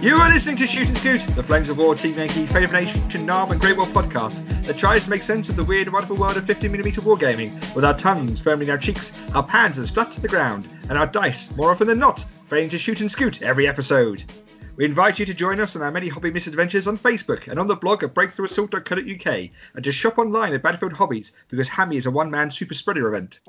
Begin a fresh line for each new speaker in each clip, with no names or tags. You are listening to Shoot and Scoot, the Flames of War Team Yankee, Fate of a Nation, NARM, and Great War podcast that tries to make sense of the weird and wonderful world of 15mm wargaming, with our tongues firmly in our cheeks, our panzers flat to the ground, and our dice, more often than not, failing to shoot and scoot every episode. We invite you to join us on our many hobby misadventures on Facebook and on the blog at breakthroughissault.co.uk, and to shop online at Battlefield Hobbies because Hammy is a one man super spreader event.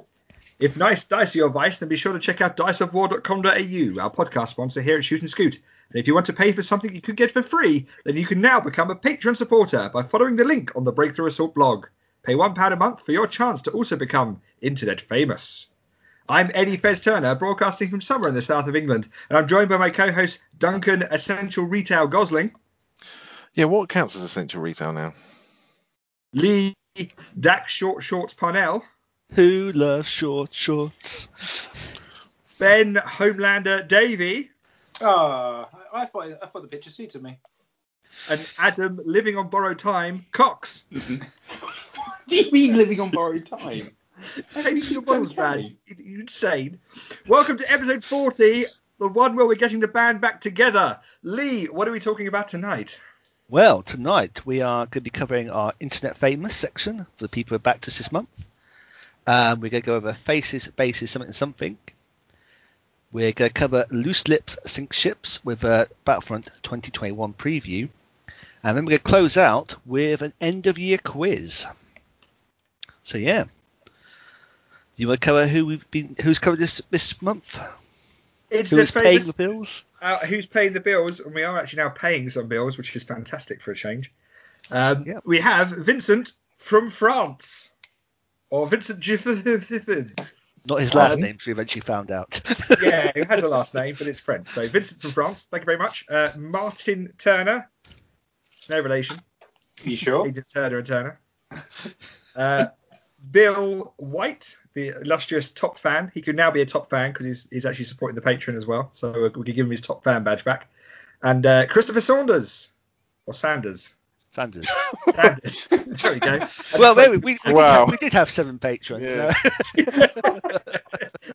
If nice dice are your vice, then be sure to check out diceofwar.com.au, our podcast sponsor here at Shoot and Scoot. And if you want to pay for something you could get for free, then you can now become a Patreon supporter by following the link on the Breakthrough Assault blog. Pay £1 a month for your chance to also become internet famous. I'm Eddie Fez Turner, broadcasting from somewhere in the south of England, and I'm joined by my co host Duncan Essential Retail Gosling,
Yeah, what counts as essential retail now?
Lee Dak Short Shorts Parnell,
Who loves short shorts?
Ben Homelander Davey,
Ah, I, I thought I thought the picture suited me.
and Adam Living on Borrowed Time Cox.
do you mean living on borrowed time?
Taking your bottles, man. You're insane. Welcome to episode 40, the one where we're getting the band back together. Lee, what are we talking about tonight?
Well, tonight we are going to be covering our internet famous section for the people who are back to us this month. Um, we're going to go over faces, bases, something, something. We're going to cover loose lips, sink ships with a Battlefront 2021 preview, and then we're going to close out with an end of year quiz. So yeah, do you want to cover who we've been, who's covered this this month?
It's
Who's
just
paying
famous,
the bills?
uh, who's paying the bills, and we are actually now paying some bills, which is fantastic for a change. Um,
Yeah.
We have Vincent from France, or Vincent Giff-
Not his last
Um,
name, so we eventually found out.
yeah, who has a last name, but it's French. So Vincent from France, thank you very much. Uh, Martin Turner, no relation.
You sure?
Agent Turner and Turner. Uh, Bill White, the illustrious top fan. He can now be a top fan because he's, he's actually supporting the patron as well. So we could give him his top fan badge back. And uh, Christopher Saunders, or Sanders.
Sanders.
Sanders. there we go.
Well, wait, we, we, we,
Wow.
did have, we did have seven patrons. Uh,
Yeah.
so-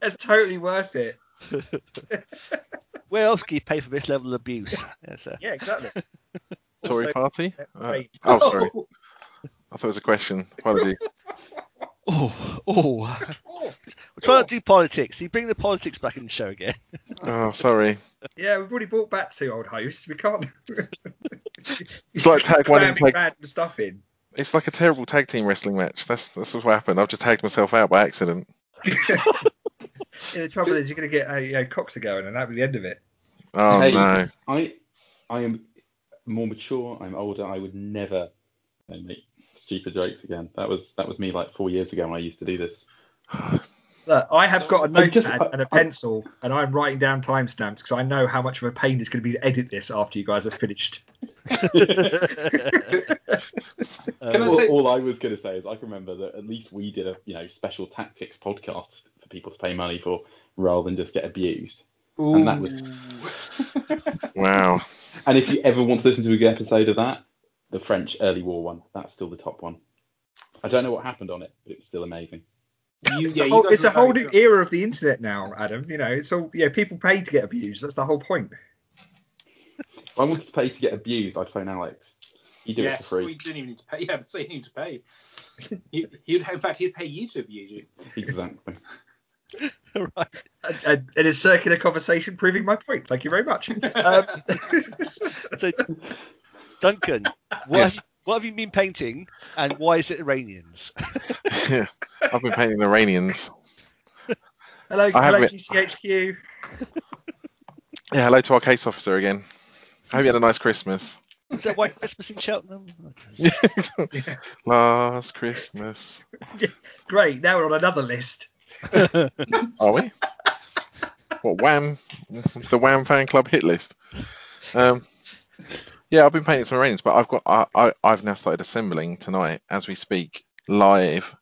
That's totally worth it.
where else can you pay for this level of abuse? Yeah, so-
Yeah, exactly.
Tory
Also-
party? Uh,
Wait.
oh, sorry. I thought it was a question. Apology.
Oh, oh.
Oh,
We're trying to do politics. You bring the politics back in the show again.
oh, sorry.
yeah, we've already brought back two old hosts. We can't.
It's like tag one and
Cramming
tag.
random stuff in.
It's like a terrible tag team wrestling match. That's that's what happened. I've just tagged myself out by accident.
Yeah, the trouble is, you're going to get uh, you know, Coxer going, and that'll be the end of it.
Oh
Hey.
no.
I I am more mature. I'm older. I would never uh, make stupid jokes again. That was that was me like four years ago when I used to do this.
Look, I have got a
I'm
notepad
just-
and a
I- I-
pencil, and I'm writing down timestamps because I know how much of a pain it's going to be to edit this after you guys have finished.
Can I
all,
say-
all I was going to say is I can remember that at least we did a you know special tactics podcast for people to pay money for rather than just get abused. And that was-
Wow.
And if you ever want to listen to a good episode of that, the French early war one, that's still the top one. I don't know what happened on it, but it was still amazing.
You,
It's
yeah,
a
you
whole,
guys
it's
were
a whole
very
new
drunk.
era of the internet now, Adam. You know, it's all yeah, people pay to get abused. That's the whole point.
If I wanted to pay to get abused, I'd phone Alex. You do it
Yes,
for free.
we didn't even need to pay. Yeah, but so you need to pay. You, you'd, in fact, he'd pay you to abuse you.
Exactly.
right.
And, and, and it's circular conversation proving my point. Thank you very much. Um,
So, Duncan, what,
Yes.
have, what have you been painting and why is it Iranians?
Yeah. I've been painting the Iranians.
hello,
I have
hello
it.
GCHQ.
Yeah. Hello to our case officer again. I hope you had a nice Christmas.
Is that why Christmas in Cheltenham?
Last Christmas.
Great. Now we're on another list.
Are we? What Wham? The Wham fan club hit list. Um, yeah, I've been painting some Iranians, but I've got I, I I've now started assembling tonight as we speak live.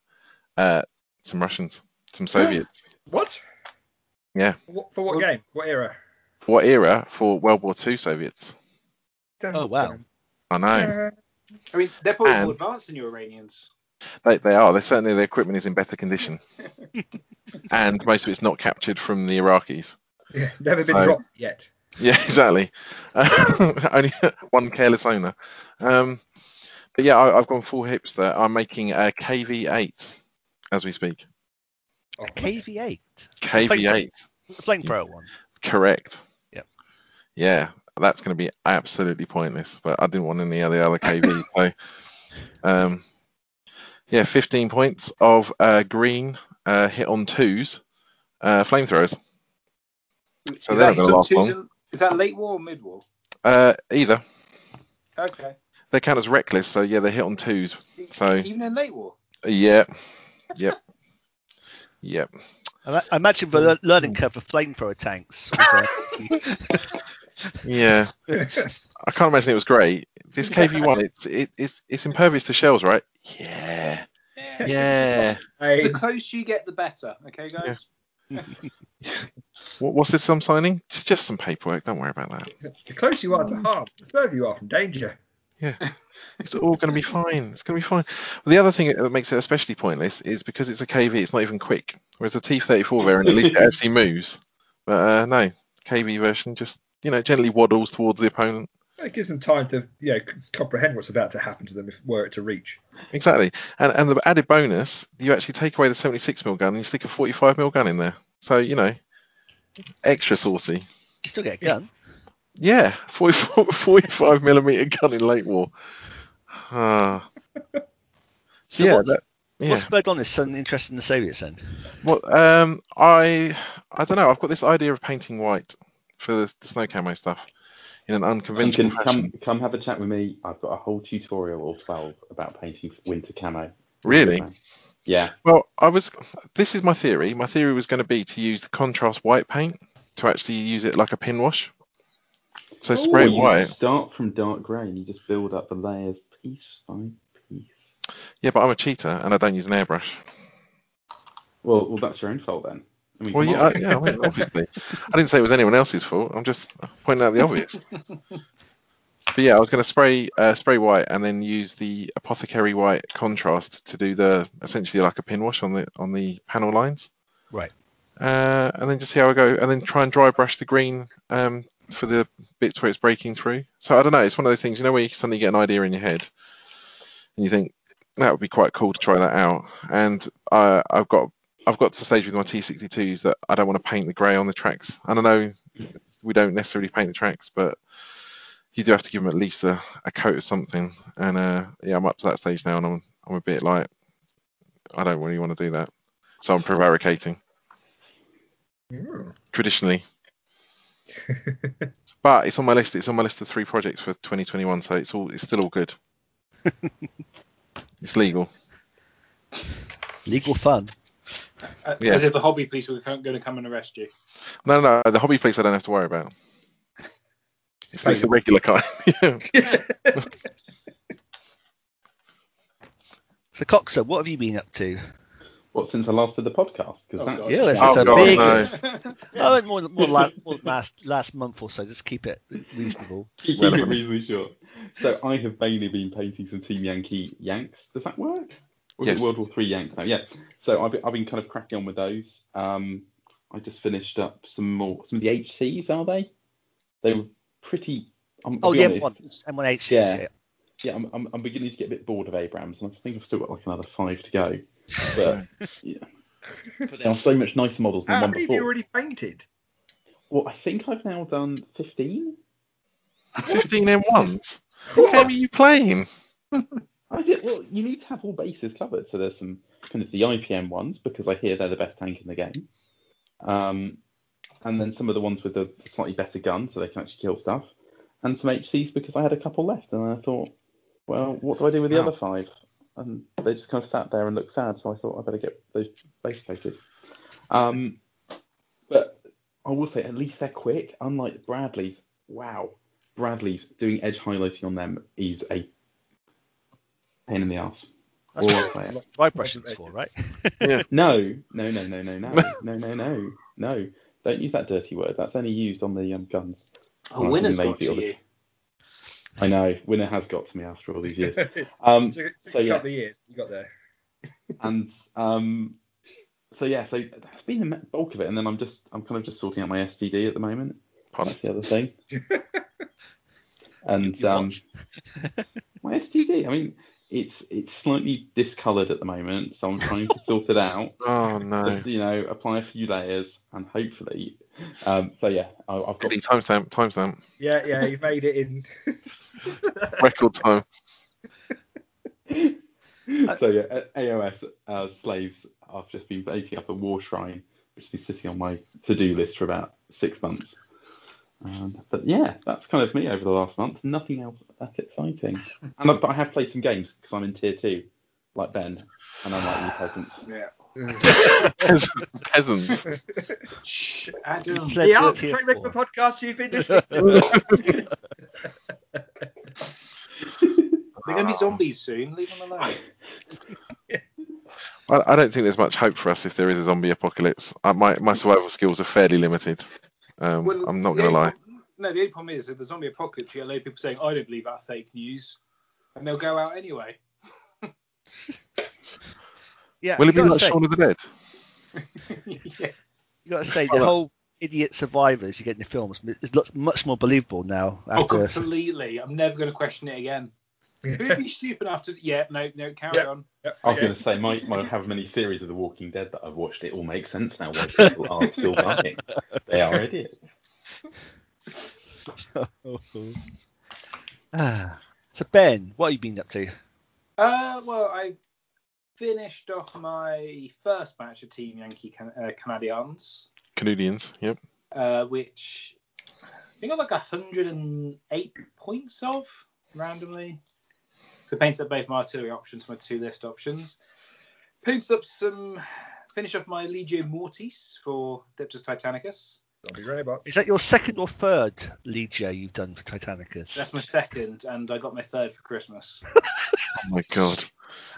Uh, some Russians, some Soviets.
What?
Yeah.
What, for what
Well-
game? What
oh,
era?
What era for World War Two Soviets?
Dun,
Oh, wow.
dun.
I know
Uh,
I mean, they're probably
And-
more advanced than you Iranians.
they, they are. They certainly the equipment is in better condition, and most of it's not captured from the Iraqis.
yeah, never been
So-
dropped yet.
Yeah, exactly. Uh, only one careless owner. Um, but yeah, I, I've gone full hipster. I'm making a KV8 as we speak.
Oh,
A KV8,
KV8,
the flamethrower one.
correct.
Yep.
Yeah, that's going to be absolutely pointless, but I didn't want any of the other KV. so, um, yeah, 15 points of uh, green uh, hit on twos, uh, flamethrowers. So Oh, they're not gonna
some
last long.
Susan- Is that late war or mid war?
Uh, either.
Okay.
They count as reckless, so yeah, they hit on twos. So,
Even in late war.
yeah. Yep. Yep.
I ma- I imagine the lear- learning curve for flamethrower tanks. was, uh,
Yeah. I can't imagine it was great. This KV1, it's it, it's it's impervious to shells, right? Yeah. Yeah.
The
Hey,
closer you get, the better. Okay, guys.
Yeah. What, what's this I'm signing? It's just some paperwork. Don't worry about that.
the closer you are to harm, the further you are from danger.
It's all going to be fine. It's going to be fine. The other thing that makes it especially pointless is because it's a KV, it's not even quick. Whereas the T34 variant, at least it actually moves. But uh, no, KV version just you know gently waddles towards the opponent.
It gives them time to you know, c- comprehend what's about to happen to them if were it to reach.
Exactly. And and the added bonus, you actually take away the 76 mil gun and you stick a 45 mil gun in there. So you know, extra saucy.
you still get a gun.
Yeah, 44, 45 millimeter gun in late war. Ah.
So
yeah,
what's-
that- yeah.
What's spurred on this sudden interest in the Soviets then?
Well, um, I I don't know. I've got this idea of painting white for the, the snow camo stuff in an
You
unconventional
can
fashion.
come come have a chat with me. I've got a whole tutorial or twelve about painting winter camo.
Really?
Yeah.
Well, I was. This is my theory. My theory was going to be to use the contrast white paint to actually use it like a pin wash. So spray
Or
it
you
white.
start from dark grey and you just build up the layers piece by piece.
Yeah, but I'm a cheater and I don't use an airbrush.
Well, well, that's your own fault then. I mean,
Well,
come
yeah,
on.
I, yeah, I mean, obviously. I didn't say it was anyone else's fault. I'm just pointing out the obvious. But yeah, I was going to spray uh, spray white and then use the apothecary white contrast to do the essentially like a pin wash on the on the panel lines.
Right.
Uh, and then just see how I go, and then try and dry brush the green um, for the bits where it's breaking through. So I don't know. It's one of those things, you know, where you suddenly get an idea in your head, and you think that would be quite cool to try that out. And I, I've got I've got to the stage with my T62s that I don't want to paint the grey on the tracks. And I know we don't necessarily paint the tracks, but you do have to give them at least a, a coat of something. And uh, yeah, I'm up to that stage now, and I'm I'm a bit like I don't really want to do that, so I'm prevaricating
Hmm.
Mm.
traditionally. but it's on my list. It's on my list of three projects for 2021, so it's all it's still all good. it's legal.
Legal fun.
Uh,
Yeah.
As if the hobby police were going to come and arrest you.
No, no, no, the hobby police I don't have to worry about. It's, it's the regular kind.
So Coxer, what have you been up to?
What since I last did the podcast? Because
Oh,
that's
God.
Yeah, that's
Oh,
a
God,
big.
no.
I went Oh, more, more, last, more last last month or so. Just keep it reasonable.
keep it
Relevant.
reasonably short. So I have mainly been painting some Team Yankee Yanks. Does that work? Or is it
Yes.
World War Three Yanks now. Yeah. So I've been, I've been kind of cracking on with those. Um, I just finished up some more. Some of the HCs are they? They were pretty. I'm, I'll
Oh
be
yeah,
honest,
one M1H.
Yeah.
yeah.
yeah, I'm, I'm, I'm beginning to get a bit bored of Abrams, and I think I've still got like another five to go. But yeah, there are so much nicer models than
How
the one
many have Ah, you
before.
already painted?
Well, I think I've now done 15.
15 in ones. What game are you playing?
I did, well, you need to have all bases covered. So there's some kind of the IPM ones because I hear they're the best tank in the game. Um, and then some of the ones with the slightly better gun, so they can actually kill stuff. And some HCs because I had a couple left, and I thought, well, what do I do with the
Wow.
other five? And they just kind of sat there and looked sad. So I thought I better get those base coated. Um, but I will say, at least they're quick. Unlike Bradley's, wow, Bradley's doing edge highlighting on them is a pain in the ass.
That's
Or
what
say it.
dry brushing's for, right?
No, no, no, no, no, no, no, no, no, no. Don't use that dirty word. That's only used on the um, guns.
A
Oh,
winner's
amazing.
got to you.
I know. Winner has got to me after all these years.
Took-
Um,
took
So,
a
yeah.
couple of years. You got there.
and um, so yeah, so that's been the bulk of it. And then I'm just I'm kind of just sorting out my STD at the moment.
Pun.
That's the other thing. and um, my STD. I mean, it's it's slightly discoloured at the moment, so I'm trying to sort it out.
Oh no.
Just, you know, apply a few layers, and hopefully, um, so yeah, I, I've got.
Goody, timestamp, timestamp,
Yeah, yeah, you've made it in.
record time.
So yeah, A- AOS uh, slaves. I've just been baiting up a war shrine, which has been sitting on my to-do list for about six months. Um, but yeah, that's kind of me over the last month. Nothing else that exciting. And I, but I have played some games because I'm in tier two, like Ben, and I'm like you peasants.
Yeah.
Peasant. peasant.
Shh, Adam.
You
The
Let's do
Art
tier
Trek Regular
four.
podcast you've been listening to.
They're going to be zombies soon. Leave them alone.
I, I don't think there's much hope for us if there is a zombie apocalypse. I, my my survival skills are fairly limited. Um,
Well,
I'm not
the
going to
only
lie.
problem- no, the only problem is if the zombie apocalypse, you get a load of people saying, I don't believe that fake news. And they'll go out anyway.
Yeah,
Will
you
it be
gotta
like
say-
Shaun of the Dead?
yeah.
you got to say the
Well-
whole idiot survivors you get in the films is lo- much more believable now
Oh,
after
completely. I'm never going to question it again. Who'd be stupid after? Yeah, no, no, carry
Yeah.
on.
I was
Okay.
going to say, my, my however many series of The Walking Dead that I've watched, it all makes sense now why people are still dying. They are idiots.
Ah. so Ben, what have you been up to?
Uh, well, I finished off my first match of Team Yankee Can- uh, Canadians,
Canadians. Yep.
uh, which I think I got like 108 points of randomly. So painted up both my artillery options, my two list options. Painted up some, finish off my Legio Mortis for Diptus Titanicus.
Zombie robot.
Is that your second or third Legio you've done for Titanicus?
That's my second, and I got my third for Christmas.
Oh my god.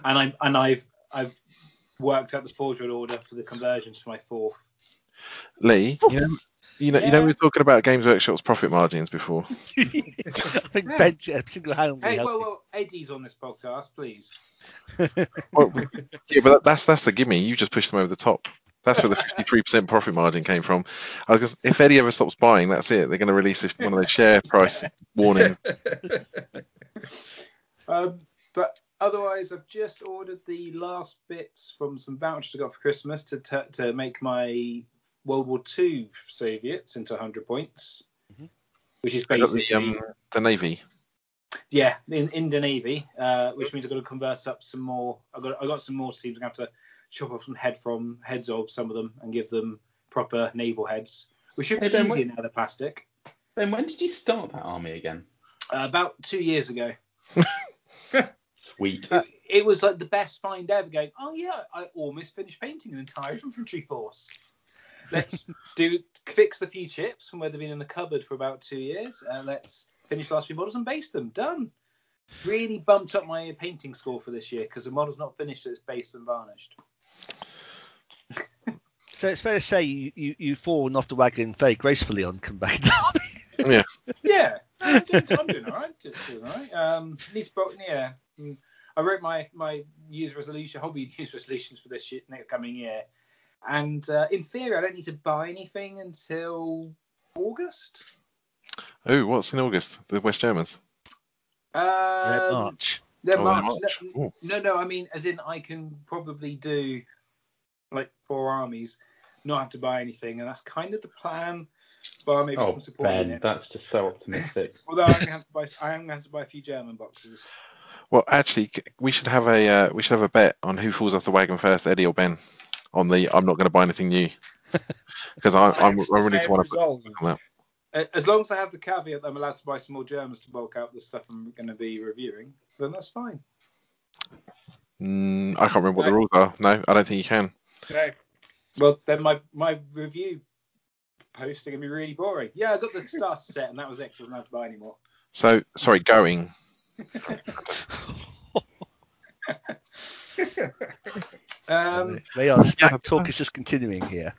and I and I've I've worked out the forgery order for the conversions for my fourth.
Lee, you know, you know, you know, we were talking about Games Workshop's profit margins before.
I think Ben single handedly
Hey,
helped.
well, well, Eddie's on this podcast, please.
Well, yeah, but that, that's that's the gimme. You just pushed them over the top. That's where the fifty-three percent profit margin came from. I was gonna, if Eddie ever stops buying, that's it. They're going to release this, one of those share price warning.
Um, but otherwise, I've just ordered the last bits from some vouchers I got for Christmas to t- to make my World War II Soviets into 100 points,
Mhm.
which is
Mm-hmm. I got the,
basically
um, the navy.
yeah in, in the navy, uh,
Mm-hmm.
which means I've got to convert up some more. I got I got some more teams. I have to chop off some head from heads of some of them and give them proper naval heads, which should be
Hey, Ben,
easier now. They're plastic.
Ben, when did you start that army again?
Uh, about two years ago.
Sweet.
it was like the best find ever. Going, oh yeah, I almost finished painting an entire infantry force. Let's do fix the few chips from where they've been in the cupboard for about two years. Uh, let's finish the last few models and base them. Done. Really bumped up my painting score for this year because the model's not finished, so it's based and varnished.
So it's fair to say you, you, you've fallen off the wagon very gracefully on comeback.
Yeah, I'm doing, I'm doing all right. Doing all right. Um, at least, but yeah, Mm. I wrote my my year's resolution, hobby year's resolutions for this year, next coming year, and uh, in theory, I don't need to buy anything until August.
Oh, what's in August? The West Germans.
Red
Um,
March.
they're
Oh,
March.
they're March.
No,
Ooh.
no, no, I mean, as in, I can probably do like four armies, not have to buy anything, and that's kind of the plan. But maybe
Oh,
some support
Ben,
units.
that's just so optimistic.
Although I'm gonna have to buy, I am gonna have to buy a few German boxes.
Well, actually, c- we should have a uh, we should have a bet on who falls off the wagon first, Eddie or Ben, on the I'm not going to buy anything new because I'm I'm I really to want to.
resolved.
A- As long as I have the caveat that I'm allowed to buy some more Germans to bulk out the stuff I'm going to be reviewing, then that's fine.
Mm, I can't remember what the rules are. No, I don't think you can.
Okay.
Well, then my, my review posts are going to be really boring. Yeah, I got the starter set and that was it, so I don't have to buy anymore.
So sorry, going.
Um,
they are snack talk is just continuing here.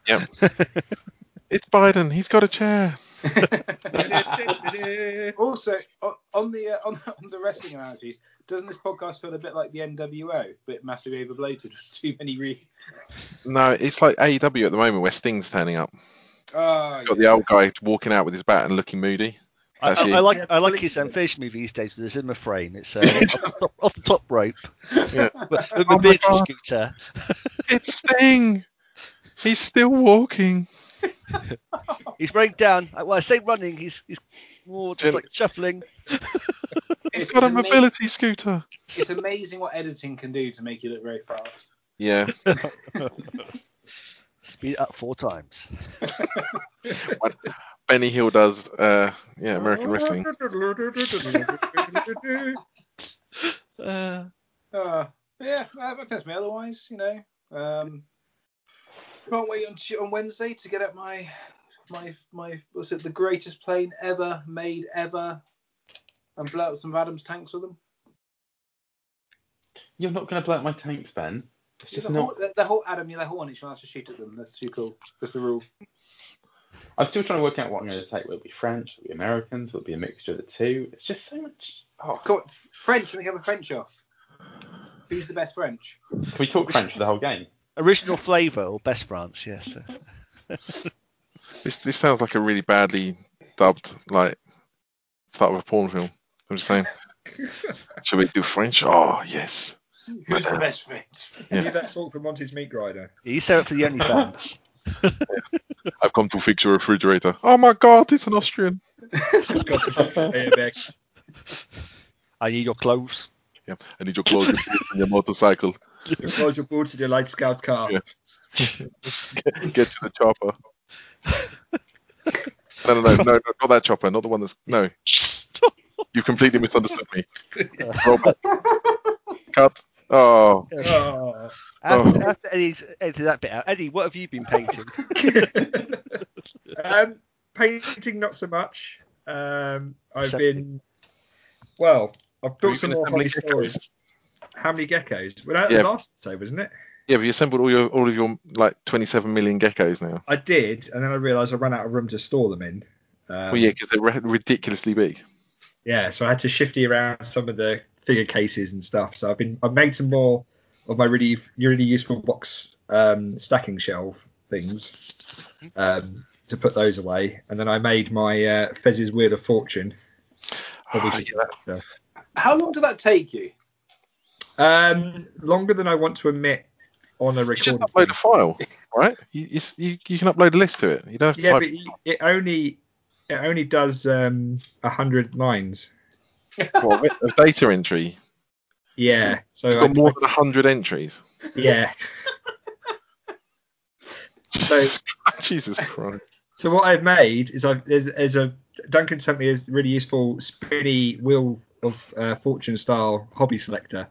It's Biden. He's got a chair.
also, o- on the, uh, on the on the wrestling analogy, doesn't this podcast feel a bit like the NWO, but massively over bloated with too many re-
E No, it's like AEW at the moment where Sting's turning up.
Oh,
Got
yeah.
the old guy walking out with his bat and looking moody.
I,
That's
I,
you.
I like I like his ambition movie these days with a cinema frame. It's uh, off, the top, off the top rope
Yeah.
with, with the
Oh my
beard
God.
scooter.
It's Sting. He's still walking.
He's running down. Uh, Well, I say running. He's he's more just
Jim.
like shuffling.
He's
It's
got a
ama-
mobility scooter.
It's amazing what editing can do to make you look very fast.
Yeah,
Speed up four times.
Benny Hill does. Uh, yeah,
Oh,
American wrestling.
Uh,
Uh, yeah, I think that's me. Otherwise, you know, um, can't wait on, Tu- on Wednesday to get up my my my what's it? The greatest plane ever made ever, and blow up some of Adam's tanks with them.
You're not going to blow up my tanks, Ben. It's
The
just
whole,
not.
the, the whole Adam, you're the whole one. You're not allowed to shoot at them. That's too cool. That's the rule.
I'm still trying to work out what I'm going to take. Will it be French? Will it be Americans? Will it be a mixture of the two? It's just so much. Oh,
Come on, French. Can we have a French off? Who's the best French?
can we talk French for the whole game?
original flavour or best France? Yes.
This this sounds like a really badly dubbed like start of a porn film. I'm just saying. Should we do French? Oh yes.
Who's the best French?
Hear that talk from Monty's meat grinder.
You sell it for the OnlyFans.
I've come to fix your refrigerator. Oh my god, it's an Austrian.
Got this AMX.
I need your clothes.
Yeah. I need your clothes your boots, and your motorcycle.
You close your boots and your light scout car.
Yeah. Get to the chopper. No, no, no, no, no, not that chopper, not the one that's no. You completely misunderstood me. Roll back. Cut. Oh,
Oh.
After,
Oh.
after Eddie's edited that bit out, Eddie, what have you been painting?
um, painting, not so much. Um, I've
So-
been, well, I've
Have you
built some
been
more
assembling
funny stories.
geckos?
How many geckos? Well, that
Yeah.
was last episode, wasn't it?
yeah, but you assembled all your all of your like twenty-seven million geckos now.
I did, and then I realised I ran out of room to store them in. Um,
well, yeah, because they're ri- ridiculously big.
yeah, so I had to shifty around some of the figure cases and stuff. So I've been I've made some more of my really really useful box um, stacking shelf things um, to put those away, and then I made my uh, Fez's Wheel of Fortune.
Ah,
Obviously,
yeah,
so-
How long did that take you?
Um, longer than I want to admit on a
You just
recording.
upload a file, right? You, you, s- you, you can upload a list to it. You don't have to
yeah,
type.
but it only it only does um a hundred lines.
Well, with the data entry.
Yeah,
Hmm. You've
so I,
got more than hundred entries.
yeah. So-
Jesus Christ!
So what I've made is I've there's, there's a Duncan sent me a really useful spinny wheel of uh, fortune style hobby selector.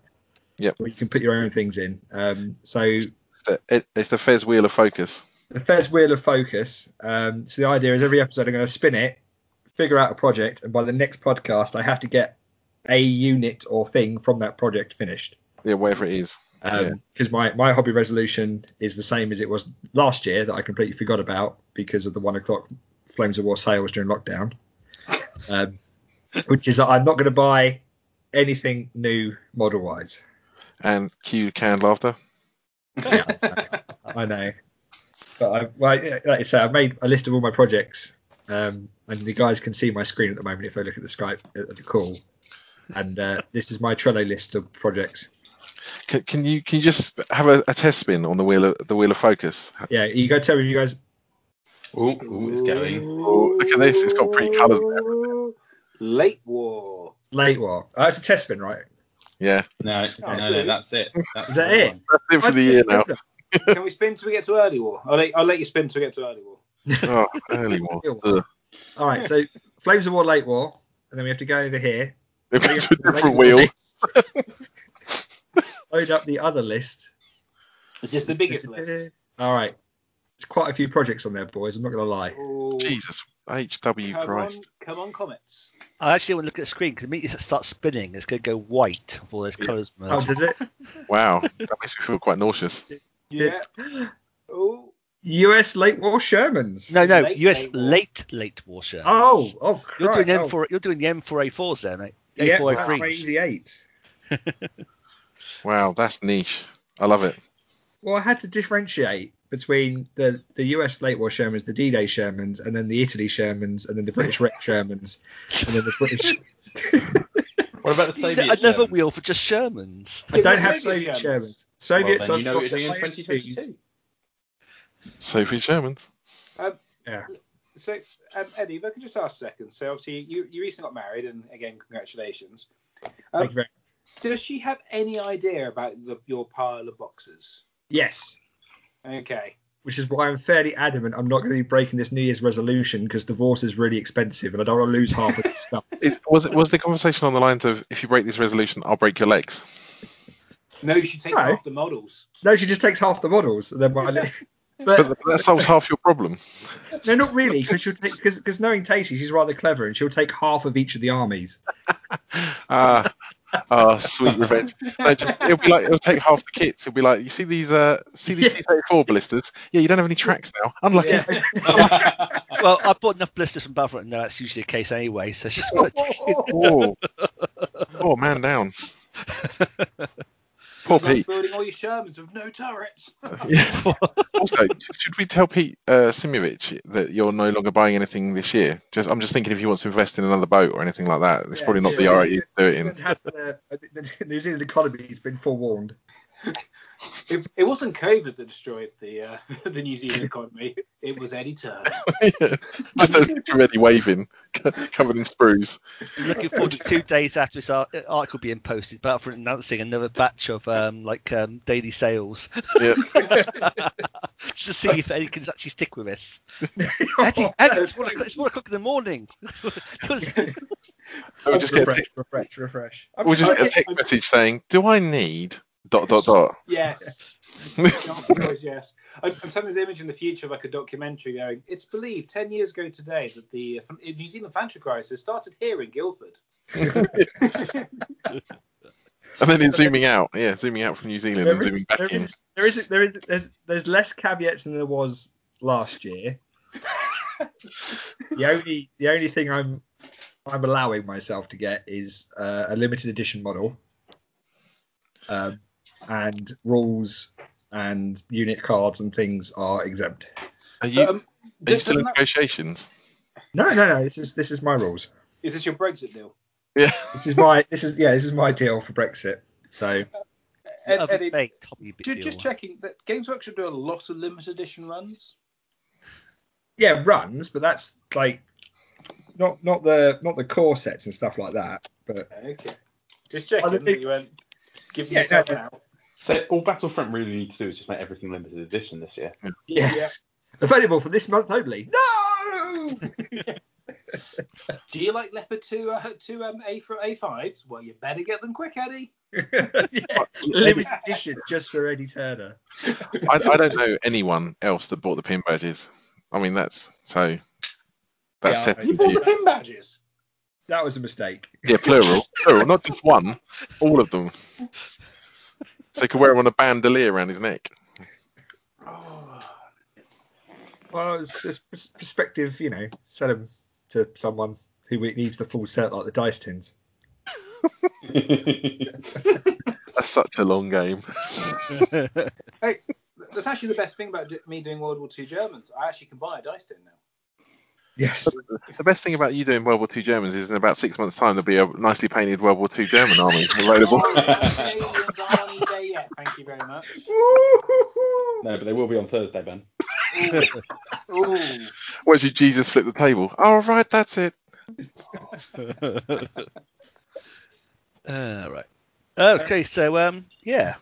Yep.
Where you can put your own things in. Um, so
It's the, it, it's the Fez wheel of focus.
the Fez wheel of focus. Um, so the idea is every episode I'm going to spin it, figure out a project, and by the next podcast I have to get a unit or thing from that project finished.
Yeah, whatever it is.
Because Um, my my hobby resolution is the same as it was last year that I completely forgot about because of the one o'clock Flames of War sales during lockdown, um, which is that I'm not going to buy anything new model wise.
And cue canned laughter.
I know. But I, well, yeah, like you say, I've made a list of all my projects, um, and the guys can see my screen at the moment if they look at the Skype at the call. And uh, this is my Trello list of projects.
Can, can you can you just have a, a test spin on the wheel of the wheel of focus?
Yeah, you go tell me, you guys.
Oh, it's going.
Oh, look at this, it's got three colours
Late war.
Late war. Oh, it's a test spin, right?
Yeah,
No,
Oh,
no, no,
really?
that's it. That's
Is that
the
it?
one.
that's it for the year now.
Can we spin till we get to early war? I'll let, I'll let you spin till we get to early war.
Oh, early one. Ugh.
All right, so Flames of War, Late War, and then we have to go over here.
They've been to a
Load up
different
the
wheel.
list. Load up the other list.
Is this the biggest list?
All right, it's quite a few projects on there, boys. I'm not gonna lie.
Oh,
Jesus H.W.
come on,
Christ.
come on, comets.
I actually want to look at the screen because the minute it starts spinning, it's going to go white with all those colours. merged.
Oh, does it?
Wow. That makes me feel quite nauseous.
Yeah. Oh,
U.S. Late War Shermans.
No, no,
Late
US
late war.
late late war Shermans.
Oh, oh, Christ.
you're doing
oh,
M four, you're doing the M four A fours there, mate.
yeah,
A four oh A
that's my
threes.
easy eight.
Wow, that's niche. I love it.
Well, I had to differentiate between the, the US late war Shermans, the D Day Shermans, and then the Italy Shermans, and then the British Rec Shermans, and then the British.
What about the Soviet?
Another
Shermans?
wheel for just Shermans.
I don't have Soviet
Soviet Shermans.
Shermans.
Well,
Soviets
then you
I've
know
got
what you're
the
doing in
highest
2022.
Sophie Sherman's.
Yeah.
So, um, Eddie, if I could just ask a second. So, obviously, you, you recently got married, and again, congratulations.
Thank you very
Does she have any idea about the, your pile of boxes?
Yes,
Okay.
which is why I'm fairly adamant I'm not going to be breaking this New Year's resolution because divorce is really expensive and I don't want to lose half of this stuff.
Is, was it was the conversation on the lines of if you break this resolution, I'll break your legs?
No, she takes
No.
off the models.
No, she just takes half the models. And then but,
But th- that solves half your problem.
no, not really, because she'll take because knowing Tasty, she's rather clever, and she'll take half of each of the armies.
Ah, ah, sweet revenge. No, just- it'll be like it'll take half the kits. It'll be like you see these uh see these
Yeah.
T thirty four blisters. Yeah, you don't have any tracks now. Unlucky.
Yeah.
Well, I bought enough blisters from Battlefront, and that's usually the case anyway. So she's got to take
Oh,
Oh, oh man down. Poor
Like
Pete.
building all your Shermans with no turrets.
Yeah. also, should we tell Pete uh, Simovich that you're no longer buying anything this year? Just, I'm just thinking if he wants to invest in another boat or anything like that, it's
Yeah,
probably not
yeah.
the right year to do it in.
England has, uh, the New Zealand economy has been forewarned.
It, it wasn't COVID that destroyed the uh, the New Zealand economy. It was Eddie Turner.
just a picture of Eddie waving, co- covered in sprues.
looking forward to two days after this ar- article being posted, Battlefront announcing another batch of um, like um, daily sales
Yeah.
just to see if Eddie can actually stick with us. Eddie, Eddie, it's one, o'clock, it's one o'clock in the morning. Because-
We'll just get a,
refresh,
tick-
refresh, refresh. I'm
we'll just
trying
get
to
a
get-
text message saying, "Do I need dot dot dot?"
Yes. The answer is yes. I'm, I'm sending this image in the future of like a documentary going, it's believed 10 years ago today that the uh, New Zealand financial crisis started here in Guildford.
And then in zooming out, yeah, zooming out from New Zealand
There
and zooming
is-
back
there
in.
is- there is, there is, there's, there's less caveats than there was last year. the only, the only thing I'm, I'm allowing myself to get is uh, a limited edition model, um, and rules and unit cards and things are exempt.
Are you,
Um,
are you still
does-
in
doesn't that-
negotiations?
No, no, no. This is this is my rules.
is this your Brexit deal?
Yeah.
This is my this is yeah. This is my deal for Brexit. So
Ed-
Other
Eddie,
bait, Tommy
ju-
Beal.
just checking that Games Workshop do a lot of limited edition runs.
yeah, runs, but that's like not not the not the core sets and stuff like that. But
Okay. Just checking
I think-
that you weren't giving
Yeah,
yourself
no,
an out.
So all Battlefront really needs to do is just make everything limited edition this year.
yeah,
Yeah.
available for this month only. No.
Do you like Leopard 2, uh, 2 um, A for A5s? Well, you better get them quick, Eddie.
Yeah, Limited edition just for Eddie Turner.
I, I don't know anyone else that bought the pin badges. I mean, that's so. That's
Yeah, I-
testament
You
to
bought
you.
the pin badges.
That was a mistake.
Yeah, plural, plural, not just one, all of them. So he could wear them on a bandolier around his neck.
Oh.
Well, it's just pers- perspective. You know, sell them to someone who needs the full set, like the dice tins.
That's such a long game.
That's actually the best thing about do- me doing World War II Germans. I actually can buy a dice tin now.
Yes.
The best thing about you doing World War II Germans is in about six months' time there'll be a nicely painted World War II German army available.
Oh, aliens aren't on eBay yet. Thank you very much.
Woo-hoo-hoo.
no, but they will be on Thursday, Ben.
Ooh. Ooh.
Where's your Jesus flip the table? All right, that's it.
Uh, right. Okay, so um, yeah,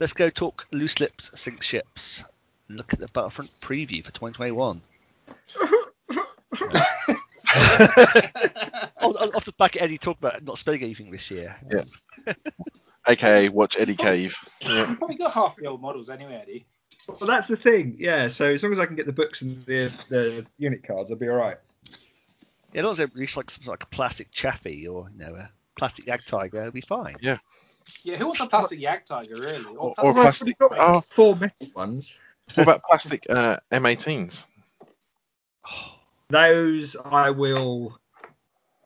let's go talk loose lips, sink ships. and Look at the Battlefront preview for 2021. off, off the back, of Eddie talked about not spending anything this year.
AKA watch Eddie Cave. Yeah.
Probably got half the old models anyway, Eddie.
Well, that's the thing. Yeah. So as long as I can get the books and the the unit cards, I'll be all right.
Yeah, as long as it's like some sort of plastic chaffee or you know a plastic yak tiger, it'll be fine.
Yeah, who wants a plastic Yak Tiger, really?
Or,
Or
or
plastic-
plastic. Oh,
Four metal ones.
what about plastic uh, M18s?
Those I will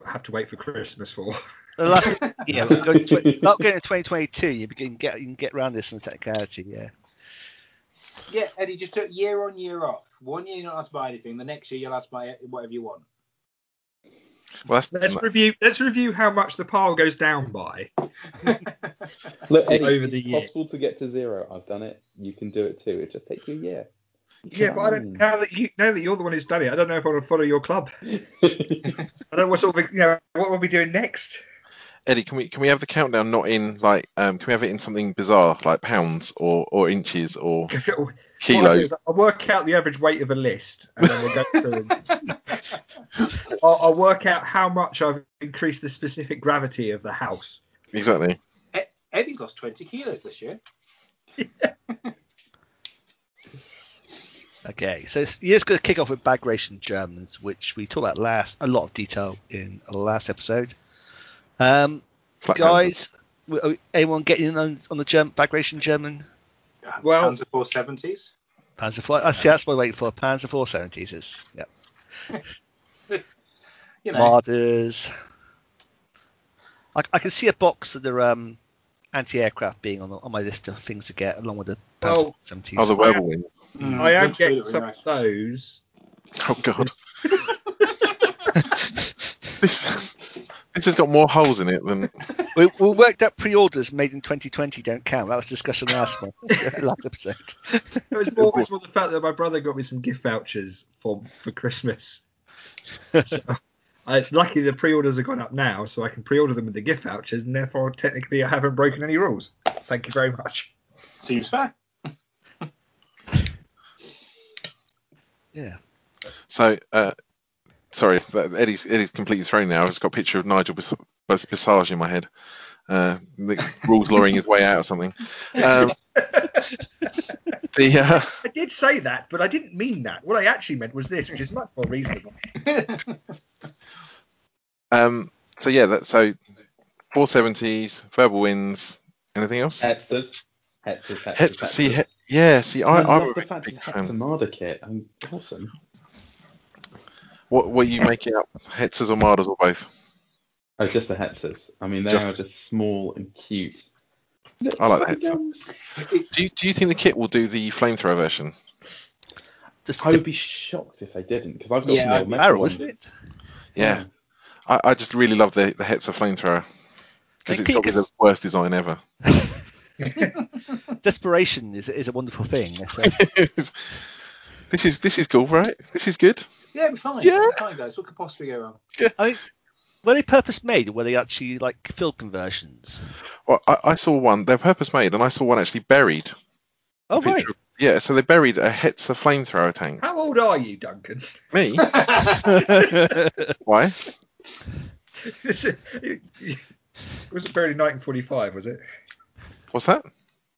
have to wait for Christmas for.
The last yeah, we're going to, not getting to 2022. You can get you can get around this in the technicality. Yeah,
Yeah, Eddie, just took year on year off. One year you're not allowed to buy anything. The next year you're allowed to buy whatever you want.
Well, that's,
Let's review. Let's review how much the pile goes down by.
Look,
Did
Eddie,
over
it's
the year.
possible to get to zero. I've done it. You can do it too. It just takes you a year.
Yeah, but I don't. Now that you now that you're the one who's done it, I don't know if I want to follow your club.
don't.
I don't know what sort of you know what we'll be doing next.
Eddie, can we can we have the countdown not in like um can we have it in something bizarre like pounds or or inches or
What I'll do
kilos?
is I'll work out the average weight of a list, and then we'll go through. them. I'll, I'll work out how much I've increased the specific gravity of the house.
Exactly.
Eddie's lost 20 kilos this year.
Okay, so it's, it's going to kick off with bagration Germans, which we talked about last a lot of detail in the last episode. Um,
Flat
guys, w- are we- anyone getting in on, on the Germ, bagration German
Well-
Pounds of 470s.
Panzer Four? I see that's what I wait for. Panzer Four Seventies is yeah.
you know,
Marders. I, I can see a box of their um, anti-aircraft being on, the, on my list of things to get, along with the Panzer
Oh.
Seventies.
Oh, the whirlwind.
mm,
I am
that's really
getting some
nice.
of those.
Oh god. this this has got more holes in it than
we, we worked out pre-orders made in 2020 don't count. That was discussion last one, last episode.
It was more, it was more the fact that my brother got me some gift vouchers for for Christmas. So, I, luckily, the pre-orders have gone up now, so I can pre-order them with the gift vouchers, and therefore, technically, I haven't broken any rules. Thank you very much.
Seems fair.
Yeah.
so uh sorry, that- Eddie's Eddie's completely thrown now. I've just got a picture of Nigel Bis- Bis- Bissage in my head. Uh Nick rules lawyering his way out or something. Um the uh,
I did say that, but I didn't mean that. What I actually meant was this, which is much more reasonable.
um so yeah that so four seventies, verbal winds, anything else?
Uh, Hetzers. Hetzers, Hetzers,
Hep-
Hetzers.
see, he- yeah, see, I,
I,
I,
love
am
the
a
fact
big
it's
fan.
Hetzamada kit. I'm awesome.
What were you making up, Hetzers or Marders or both?
Oh, just the Hetzers. I mean, they
Just-
are just small and cute.
I like the
Little
Hetzer.
guns.
Do you, do you think the kit will do the flamethrower version?
Just
I would be shocked if they didn't, because I've got
Yeah,
some
I'd
old
be
metal
barrel,
ones.
isn't it?
Yeah, I, I just really love the the Hetzer flamethrower because
Like
it's probably the
Pegasus-
worst design ever.
Desperation is is a wonderful thing. So,
this is this is cool, right? This is good.
Yeah, we're fine.
Yeah.
We're fine, guys. What could possibly go wrong?
I mean, were they purpose made? Or were they actually like field conversions?
Well, I, I saw one. They're purpose made, and I saw one actually buried.
Oh
Picture
right.
of- Yeah, so they buried a Hetzer flamethrower tank.
How old are you, Duncan?
Me? Why?
it wasn't buried in 1945, was it?
What's that?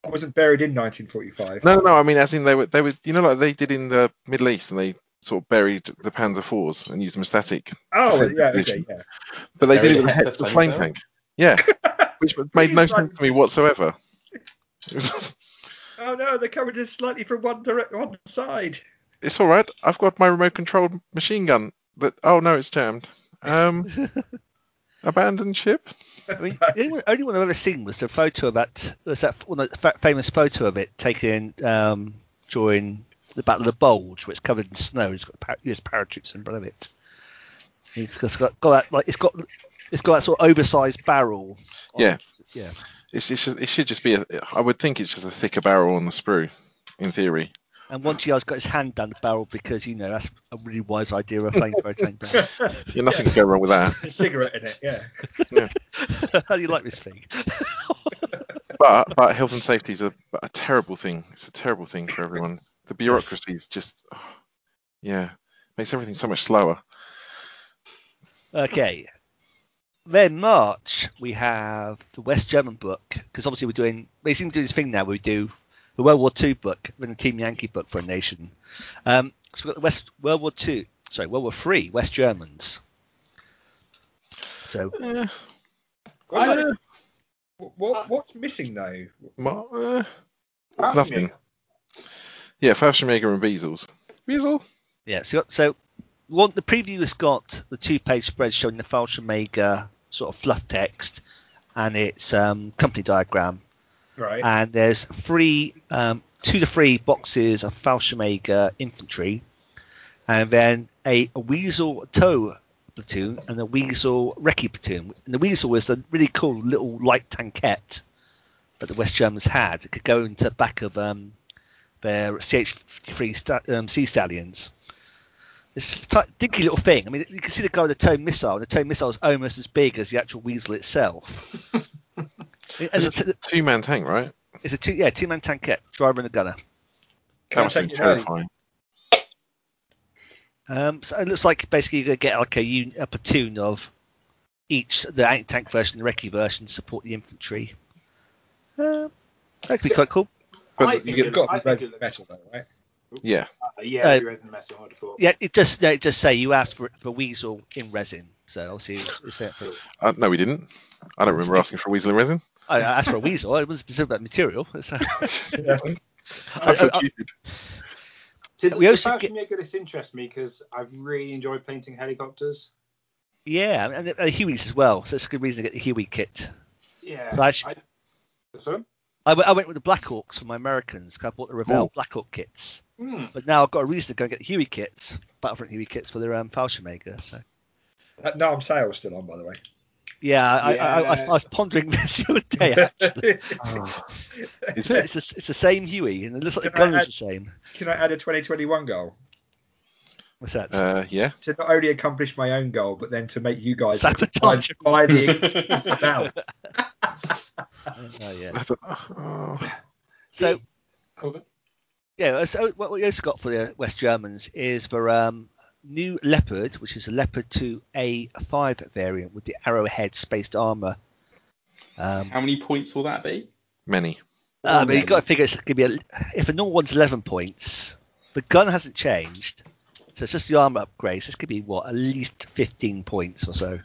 I wasn't buried in 1945.
No, no, no. I mean, as in they were, they were, you know, like they did in the Middle East, and they sort of buried the Panzer IVs and used them as static,
Oh,
Defensive
yeah, okay,
position.
yeah.
but they
Buried
did it with
a
a
Hetzer
Hetzer flame
flamethrower?
tank. Yeah, which made no sense to me whatsoever.
Oh no, they're coming just slightly from one direct one side.
it's all right. I've got my remote-controlled machine gun. That oh no, it's jammed. Um, abandoned ship.
I mean, the only one, only one I've ever seen was the photo of that was that one of the fa- famous photo of it taken um, during the Battle of the Bulge, where it's covered in snow. It's got par- US paratroops in front of it. It's got, it's got, got that like it's got it's got that sort of oversized barrel. on-
Yeah.
yeah.
It's, it's just, it should just be. A, I would think it's just a thicker barrel on the sprue, in theory.
And one GI's got his hand down the barrel because you know that's a really wise idea of a flamethrower tank. barrel.
Yeah, nothing could go wrong with that.
A cigarette in it, yeah.
How do you like this thing?
But but health and safety is a, a terrible thing. It's a terrible thing for everyone. The bureaucracy is just, oh, yeah, makes everything so much slower.
Okay. Then March we have the West German book because obviously we're doing they seem to do this thing now where we do the World War Two book then the Team Yankee book for a nation. Um, so we've got the West World War Two sorry World War Three West Germans. So
Eh,
I
eh,
What, what's missing though?
ma- eh.
Apart from
Nothing.
you.
Yeah, Fafshimega and Beezles. Beezle?
yeah, so so one the preview has got the two page spread showing the Falschmega sort of fluff text and its um, company diagram
Right.
and there's three um, two to three boxes of Falchemaker infantry, and then a, a Weasel Toe platoon and a Weasel Recce platoon. And the Weasel is a really cool little light tankette that the West Germans had. It could go into the back of um, their CH-53 sta- um, Sea Stallions. This t- dinky little thing. I mean, you can see the guy with the tow missile. and The tow missile is almost as big as the actual weasel itself. As a t-
Two man tank, right?
it's a two, yeah, two-man tankette, driver and a gunner.
That
Can I
must seem
take your name?
terrifying.
Um, so it looks like basically you're going to get like a, un- a platoon of each the anti tank version, the recce version, support the infantry. Uh, that could be quite cool.
But
I
you
think
get-
it-
You've got to be
I think
ready
it
for
looks-
metal, though, right?
Yeah,
Uh, yeah,
Uh,
you're in the metal hardcore.
Yeah, it just no, it just say you asked for for weasel in resin. So obviously it's that for
uh, no, we didn't. I don't remember asking for a weasel and resin.
I I asked for a weasel. It was specific about material. It's, uh,
I
I-
thought
I-
you did.
So
We
the
also
Falcon
get-
Maker, this interests me because I've really enjoyed painting helicopters.
yeah, and the, uh, Hueys as well. So it's a good reason to get the Huey kit.
Yeah.
So I should-
I- sorry?
I went- I went with the Black Hawks for my Americans. 'cause I bought the Revell
Ooh.
Black Hawk kits.
Hmm.
But now I've got a reason to go and get Huey kits, Battlefront Huey kits for their um, Falchemaker. So
That Narm sale's still on, by the way.
yeah, I, I, I, I, was- I
Yeah.
was pondering this the other day. Actually.
Is it?
it's, the, it's the same Huey, and it looks like the
Can I
gunner's
add-
the same.
Can I add a 2021 goal?
What's that?
Uh, yeah.
To not only accomplish my own goal, but then to make you guys
Sabotage.
buy the now.
oh yeah.
That's a- oh.
So
Cool.
Yeah, so what we also got for the West Germans is for um, new Leopard, which is a Leopard 2A5 variant with the arrowhead spaced armour. Um,
How many points will that be?
Many.
Um,
uh, but you've got to figure it's going to be, a, if a normal one's 11 points, the gun hasn't changed, so it's just the armour upgrade, so this could be, what, at least 15 points or so.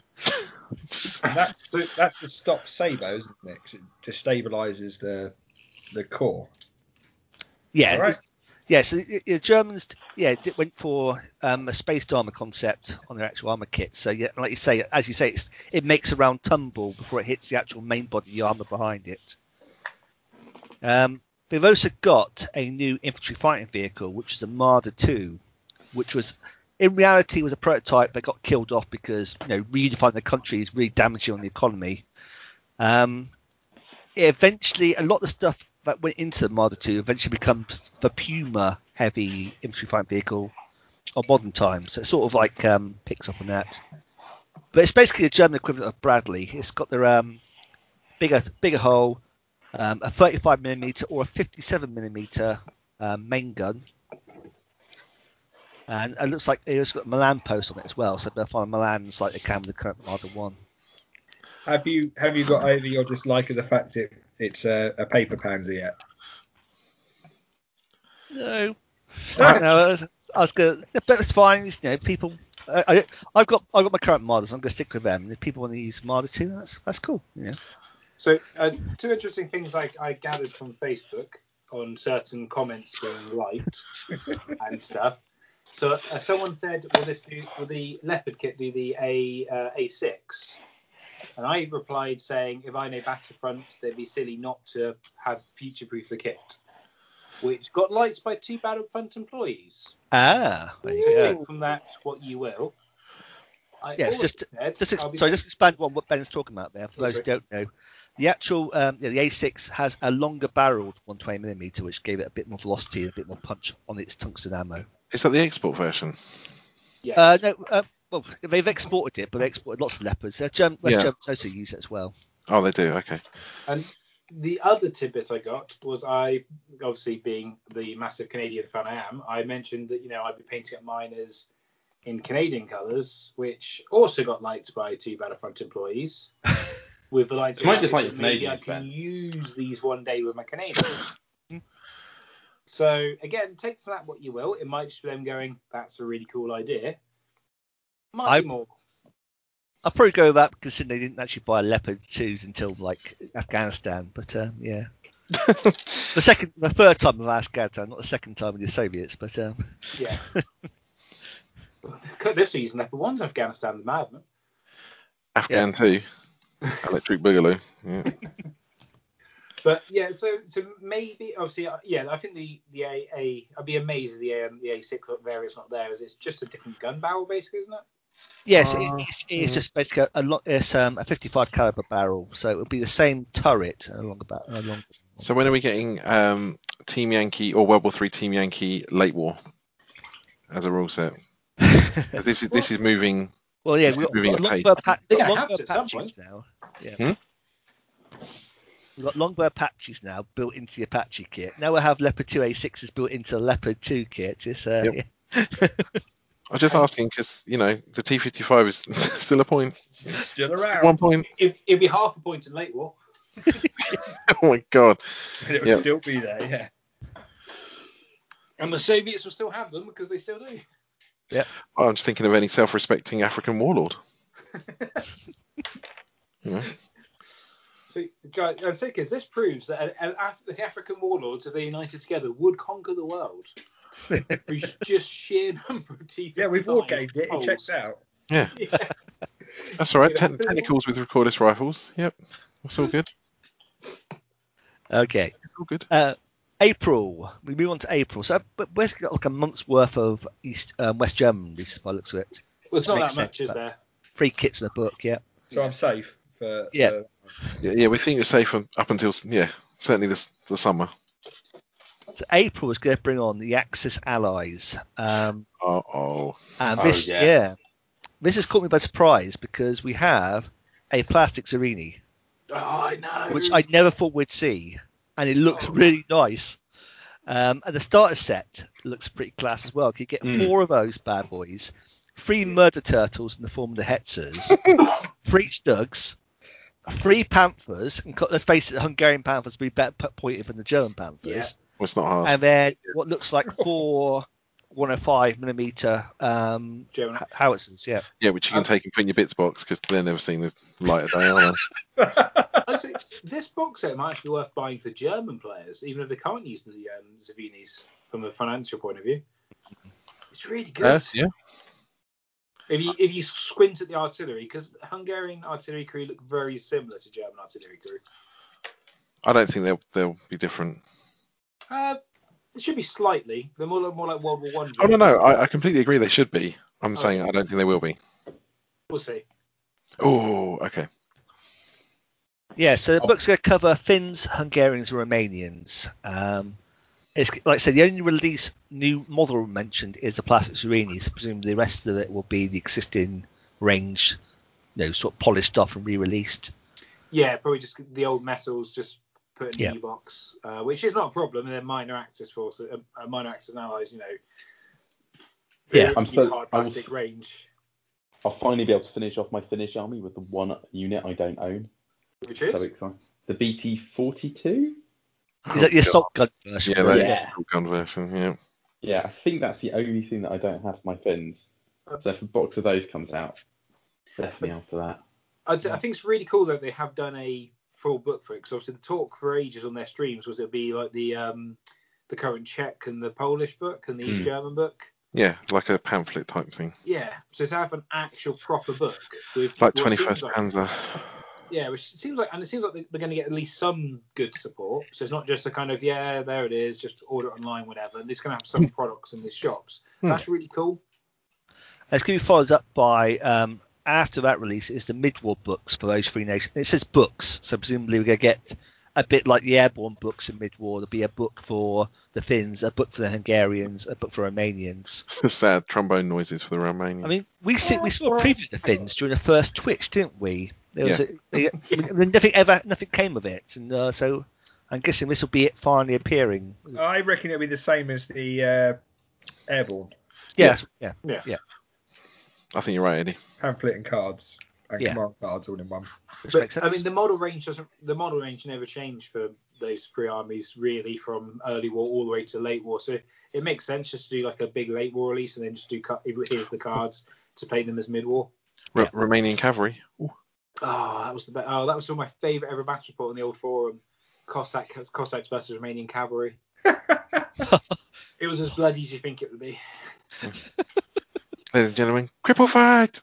That's the, that's the stop saber, isn't it? 'Cause it just stabilizes the the core.
Yeah,
All right.
it's- yeah. So the, the Germans, yeah, d- went for um, a spaced armor concept on their actual armor kit. So yeah, like you say, as you say, it's, it makes a round tumble before it hits the actual main body of the armor behind it. Um, they've also got a new infantry fighting vehicle, which is a Marder Two, which was. In reality, was a prototype that got killed off because you know reunifying the country is really damaging on the economy. Um, eventually a lot of the stuff that went into the Marder 2 eventually becomes the Puma heavy infantry fighting vehicle of modern times. So it sort of like um, picks up on that. But it's basically a German equivalent of Bradley. It's got their um, bigger bigger hull, um, a 35 millimeter or a 57 millimeter um, main gun. And it looks like it's got Milan post on it as well, so they'll find Milan's like they can with the current Marder 1.
Have you have you got over your dislike of the fact that it's a, a paper pansy yet?
No. I don't know. I was, I was going, but it's fine. it's, You know, people. I, I, I've got I've got my current modders. I'm going to stick with them. If people want to use Marder too, that's that's cool. You know.
So, uh, two interesting things I, I gathered from Facebook on certain comments being liked and stuff. So, uh, someone said, "Will this do? Will the leopard kit do the A uh, A6?" And I replied saying, "If I know Battlefront, they'd be silly not to have future-proof the kit." Which got liked by two Battlefront employees.
Ah, there you go.
Take from that what you will. I
Yeah, it's
always
just-
said
Just ex-
I'll be-
sorry, just expand on what Ben's talking about there. For those who
Okay.
don't know, the actual um, yeah, the A6 has a longer barreled 120 millimeter, which gave it a bit more velocity and a bit more punch on its tungsten ammo.
Is that the export version?
yeah.
Uh, no, uh, well, they've exported it, but they exported lots of leopards. Uh, Germ- West
Yeah.
Germans also use it as well.
Oh, they do. Okay.
And the other tidbit I got was I, obviously being the massive Canadian fan I am, I mentioned that you know I'd be painting up mine as in Canadian colours, which also got liked by two Battlefront employees. With the lines,
They might just like your
maybe I
Canadians,
can
Ben.
use these one day with my Canadians.
Hmm.
so again, take from that what you will. It might just be them going, "That's a really cool idea." Might
I-
be more.
I'll probably go with that considering they didn't actually buy leopard twos until like Afghanistan. But um, yeah, the second, the third time of Afghanistan, not the second time with the Soviets. But um,
Yeah. this season, Leopard One's Afghanistan, the madman.
Afghan 2. Electric Boogaloo. Yeah.
But yeah, so so maybe obviously uh, yeah, I think the the AA I'd be amazed if the um, the A6 variant's not there, as it's just a different gun barrel basically, isn't it?
Yes,
Ah,
it's, it's, it's
mhm.
just basically a lot. It's um, a 55 caliber barrel, so it would be the same turret along about along.
So when are we getting um, Team Yankee or World War Three Team Yankee Late War as a rule set? This is this is moving.
well, yeah,
It's
we've got,
moving
got
at pace.
longbow pat-
They're
got
gonna have
longbow
to at some
patches
point.
now. Yeah.
Hmm?
We've got longbow patches now built into the Apache kit. Now we'll have Leopard 2 A6s built into the Leopard 2 kit. It's, uh,
Yep.
yeah.
I'm just asking because you know the T55 is still a point,
Still
Still
around.
one point.
It, it'd be half a point in late war.
Oh my god!
And it would
Yeah.
still be there, yeah.
And the Soviets will still have them because they still do.
Oh, I'm just thinking of any self-respecting African warlord.
So, guys, I'm saying because this proves that an, an Af- the African warlords, if they united together, would conquer the world. Through s- just sheer number of TV.
Yeah, we've war gamed it. It checks out.
That's all right.
Yeah.
Ten- tentacles with recordless rifles. Yep, that's all good.
Okay.
It's all good.
Uh, April. We move on to April. So uh, but basically, got like a month's worth of East um, West German research by the looks of it.
Well, it's not
Makes
that much,
sense,
is
but-
there?
Three kits in a book, yeah.
So I'm safe for.
Yeah.
for-
Yeah, yeah, we think you're safe un- up until s- yeah, certainly this the summer.
So April was going to bring on the Axis allies. Um,
Uh oh.
and
Oh,
this,
yeah.
yeah. This has caught me by surprise because we have a plastic Zerini,
Oh, I know.
which I never thought we'd see. And it looks really nice. Um, and the starter set looks pretty class as well. You get
Mm.
four of those bad boys, three murder turtles in the form of the Hetzers, three Stugs, three Panthers, and co- let's face it, the Hungarian Panthers would be better p- pointed than the German Panthers
Well, it's not hard.
and then what looks like four 105 millimeter um,
German.
h- howitzers. Yeah,
yeah, which you can
um,
take and put in your bits box because they're never seen the light of day, are they?
Actually, this box set might actually be worth buying for German players, even if they can't use the um, Zavinis from a financial point of view. It's really good.
Uh, yeah.
If you if you squint at the artillery, because Hungarian artillery crew look very similar to German artillery crew.
I don't think they'll they'll be different.
Uh, it should be slightly. They're more like, more like World War One.
Oh no, no, I, I completely agree. They should be. I'm
Okay.
saying I don't think they will be.
We'll see.
Oh, okay.
yeah. So the book's going to cover Finns, Hungarians, and Romanians. Um, it's like I said, the only release new model mentioned is the plastic Serenis. Presumably, the rest of it will be the existing range, you know, sort of polished off and re-released.
Yeah, probably just the old metals just put in a
Yeah.
new box, uh, which is not a problem. And then minor access force, uh, uh, minor access allies, you know.
Yeah.
really
I'm so-
hard
I was-
plastic range.
I'll finally be able to finish off my Finnish army with the one unit I don't own.
Which
So
is
excited. The BT forty two.
Is that the assault gun version?
Yeah, that is
Yeah.
the gun version. Yeah.
Yeah, I think that's the only thing that I don't have for my fins. So if a box of those comes out, definitely after that.
I'd say- I think it's really cool that they have done a full book for it. Because obviously the talk for ages on their streams was it'd be like the um, the current Czech and the Polish book and the East
Hmm.
German book.
Yeah, like a pamphlet type thing,
Yeah, so to have an actual proper book with
like
what
Twenty
seems
First
like-
Panzer.
Yeah, which seems like, and it seems like they- they're going to get at least some good support. So it's not just a kind of yeah, there it is, just order it online, whatever. And it's going to have some products in these shops.
Hmm.
That's really cool.
It's going to be followed up by um, after that release is the mid-war books for those three nations. It says books, so presumably we're going to get a bit like the airborne books in mid-war. There'll be a book for the Finns, a book for the Hungarians, a book for Romanians.
Sad trombone noises for the Romanians.
I mean, we see, we saw a preview of the Finns during the first Twitch, didn't we? There was a, they- I mean, nothing ever, nothing came of it, and uh, so I'm guessing this will be it finally appearing. Yeah,
I reckon it'll be the same as the uh, Airborne
that's- yeah.
I think you're right, Eddie.
pamphlet and cards and
Yeah.
command cards all in one.
which
But,
makes sense.
I mean, the model range doesn't. The model range never changed for those three armies, really, from early war all the way to late war. So it makes sense just to do like a big late war release and then just do cut. Here's the cards to play them as mid war.
R-
Yeah.
Romanian cavalry. Ooh,
Oh, that was the best. Oh, that was still my favorite ever match report on the old forum. Cossack, Cossacks versus Romanian cavalry. it was as bloody as you think it would be.
ladies and gentlemen, cripple fight.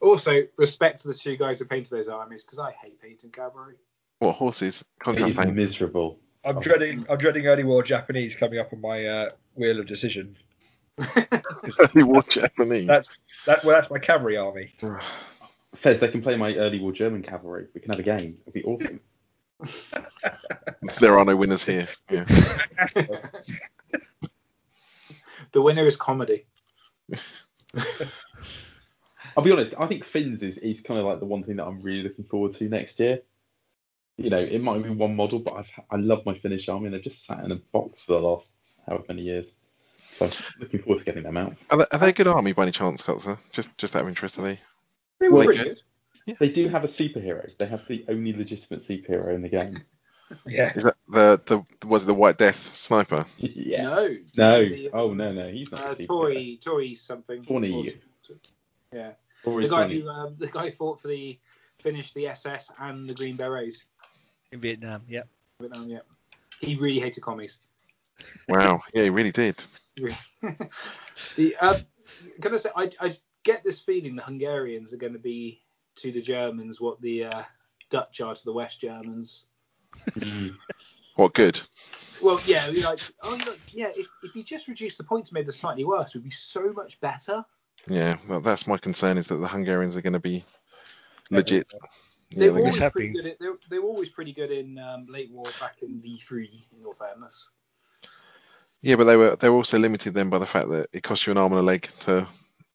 Also, respect to the two guys who painted those armies because I hate painting cavalry.
What horses?
It
Contrast
is
tank.
miserable.
Oh.
I'm dreading I'm dreading early war Japanese coming up on my uh, wheel of decision.
Early war
Hmm.
Japanese.
That's that. Well, that's my cavalry army.
Fez, they can play my early war German cavalry. We can have a game. It'd be awesome.
There are no winners here. Yeah.
The winner is comedy.
I'll be honest. I think Finns is, is kind of like the one thing that I'm really looking forward to next year. You know, it might be one model, but I've, I love my Finnish army, and they've just sat in a box for the last however many years. So I'm looking forward to getting them out.
Are they, are they a good army by any chance, Kotzer? Just just out of interest, are they?
They were
Well,
pretty
they-
good.
They do have a superhero. They have the only legitimate superhero in the game.
Yeah,
Is that the the was it the White Death sniper?
yeah.
No.
No.
The,
Oh no, no, he's not
uh,
a superhero.
Tory, Tory something.
Tawny.
Yeah.
Tory
The guy
Tawny.
who um, the guy who fought for the finished the SS and the Green Berets.
in Vietnam. Yep.
Vietnam, yeah. He really hated commies.
Wow. Yeah, he really did.
the, um, can I say, I, I get this feeling the Hungarians are going to be to the Germans what the uh, Dutch are to the West Germans.
Mm.
What good?
Well, yeah, you're like, oh, look, yeah, if, if you just reduce the points made us slightly worse, we'd be so much better.
Yeah. Well, that's my concern is that the Hungarians are going to be legit.
They
Yeah, they're
were always
gonna,
mishap
pretty
being-
good. At, they, were- they were always pretty good in um, late war back in V three. In all fairness,
yeah, but they were they were also limited then by the fact that it cost you an arm and a leg to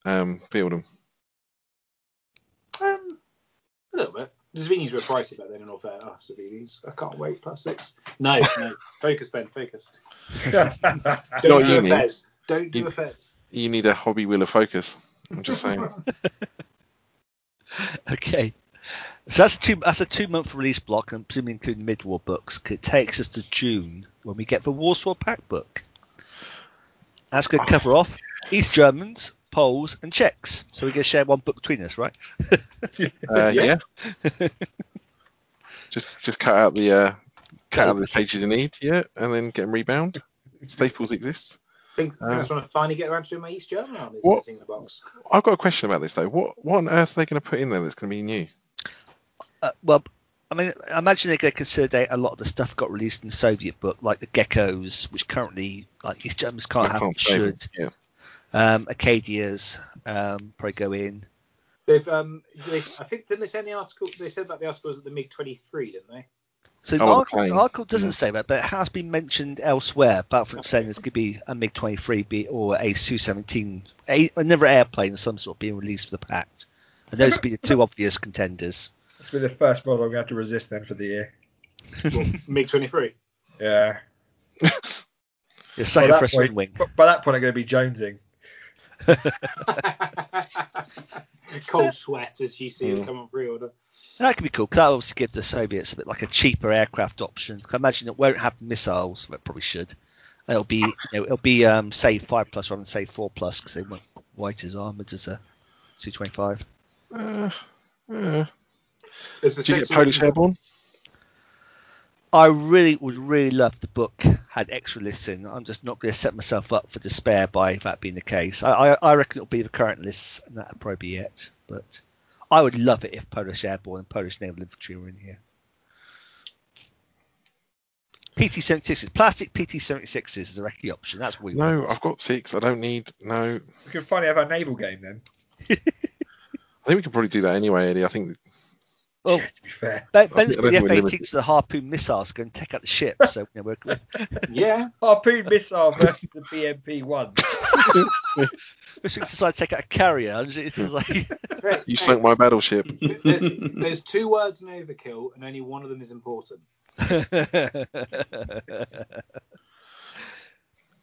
um, field them.
um, a little bit. The Zvinis were pricey back then. In all fairness, Zvinis. I can't wait. Plus six. No, no. Focus, Ben. Focus. Don't
Not
do a
uni.
fez. Don't do
You-
a fez.
You need a hobby wheel of focus. I'm just saying.
Okay. So that's two. That's a two-month release block, and presumably including mid-war books. It takes us to June when we get the Warsaw Pact book. That's
Oh.
going to cover off East Germans, Poles, and Czechs. So we can share one book between us, right?
Uh,
Yeah.
yeah. just just cut out the uh, cut out the pages you need, yeah, and then get them rebound. Staples exists.
Think,
Uh,
that's when I finally get around to doing my East German army
What?
sitting in the box.
I've got a question about this though. What what on earth are they going to put in there that's going to be new?
Uh, well, I mean, I imagine they're going to consolidate a lot of the stuff got released in the Soviet book, like the geckos, which currently like East Germans can't
I
have,
can't
but
blame them,
should. Um, Acadias um, probably go in.
They've, um, they, I think didn't they send the article? They said about the articles at the MiG twenty three, didn't they?
So
Oh,
the
well,
article,
plane.
the article doesn't say that, but it has been mentioned elsewhere, apart from saying this could be a MiG 23B or a Su 17, a, another airplane of some sort being released for the Pact. And those would be the two obvious contenders.
this will be the first model I'm going to have to resist then for the year.
Well, MiG twenty three.
Yeah,
You're
By
second
that
for a swing
point-
wing.
But by that point, I'm going to be jonesing.
Cold sweat as you see
Mm.
it come on pre-order.
And that could be cool, 'cause that obviously gives the Soviets a bit like a cheaper aircraft option. 'Cause I imagine it won't have missiles, but it probably should. And It'll be, you know, it'll be um, say five plus rather than say four plus because they weren't quite as armored as a Su twenty five.
Uh, uh,
There's a
do you get
sexy
Polish
looking-
airborne?
I really would really love the book had extra lists in. I'm just not going to set myself up for despair by that being the case. I, I, I reckon it'll be the current lists, and that'll probably be it. But I would love it if Polish Airborne and Polish Naval Infantry were in here. PT 76s, plastic PT 76s is a recce option. That's what we want.
No, I've got six. I don't need no.
We can finally have our naval game then.
I think we could probably do that anyway, Eddie. I think
Well,
Yeah, to be fair,
Ben-
I
Ben's
think
got the
we're
F 18s,
limited.
the harpoon missiles going to take out the ship. So you know, we're, we're-
Yeah,
harpoon missile versus the BMP one.
it's just like take out a carrier. It's just like
great.
you
Hey,
sunk my battleship.
there's, there's two words in overkill, and only one of them is important.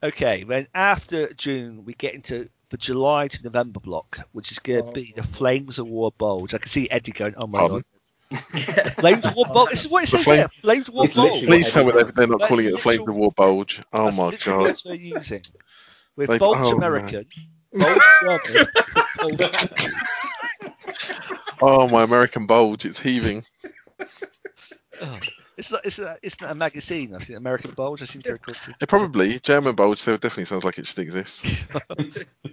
okay, then after June, we get into the July to November block, which is going to be the Flames of War Bulge. I can see Eddie going, oh my
Pardon?
god. Flames of War Bulge. This is what it
Um, The
says
flame-
here. Flames of War
It's literally
Bulge.
what
Please tell me they're, they're not
That's
calling it the Flames
literal-
of War bulge. Oh
That's
my
literally
god!
what they're using. With
They-
Bulge
oh,
American, Bulge German, Bulge
Oh my American bulge, it's heaving.
Oh, It's not, it's, not, it's not a magazine. I've seen American Bulge. I seem to recall.
It probably German bulge. So it definitely sounds like it should exist.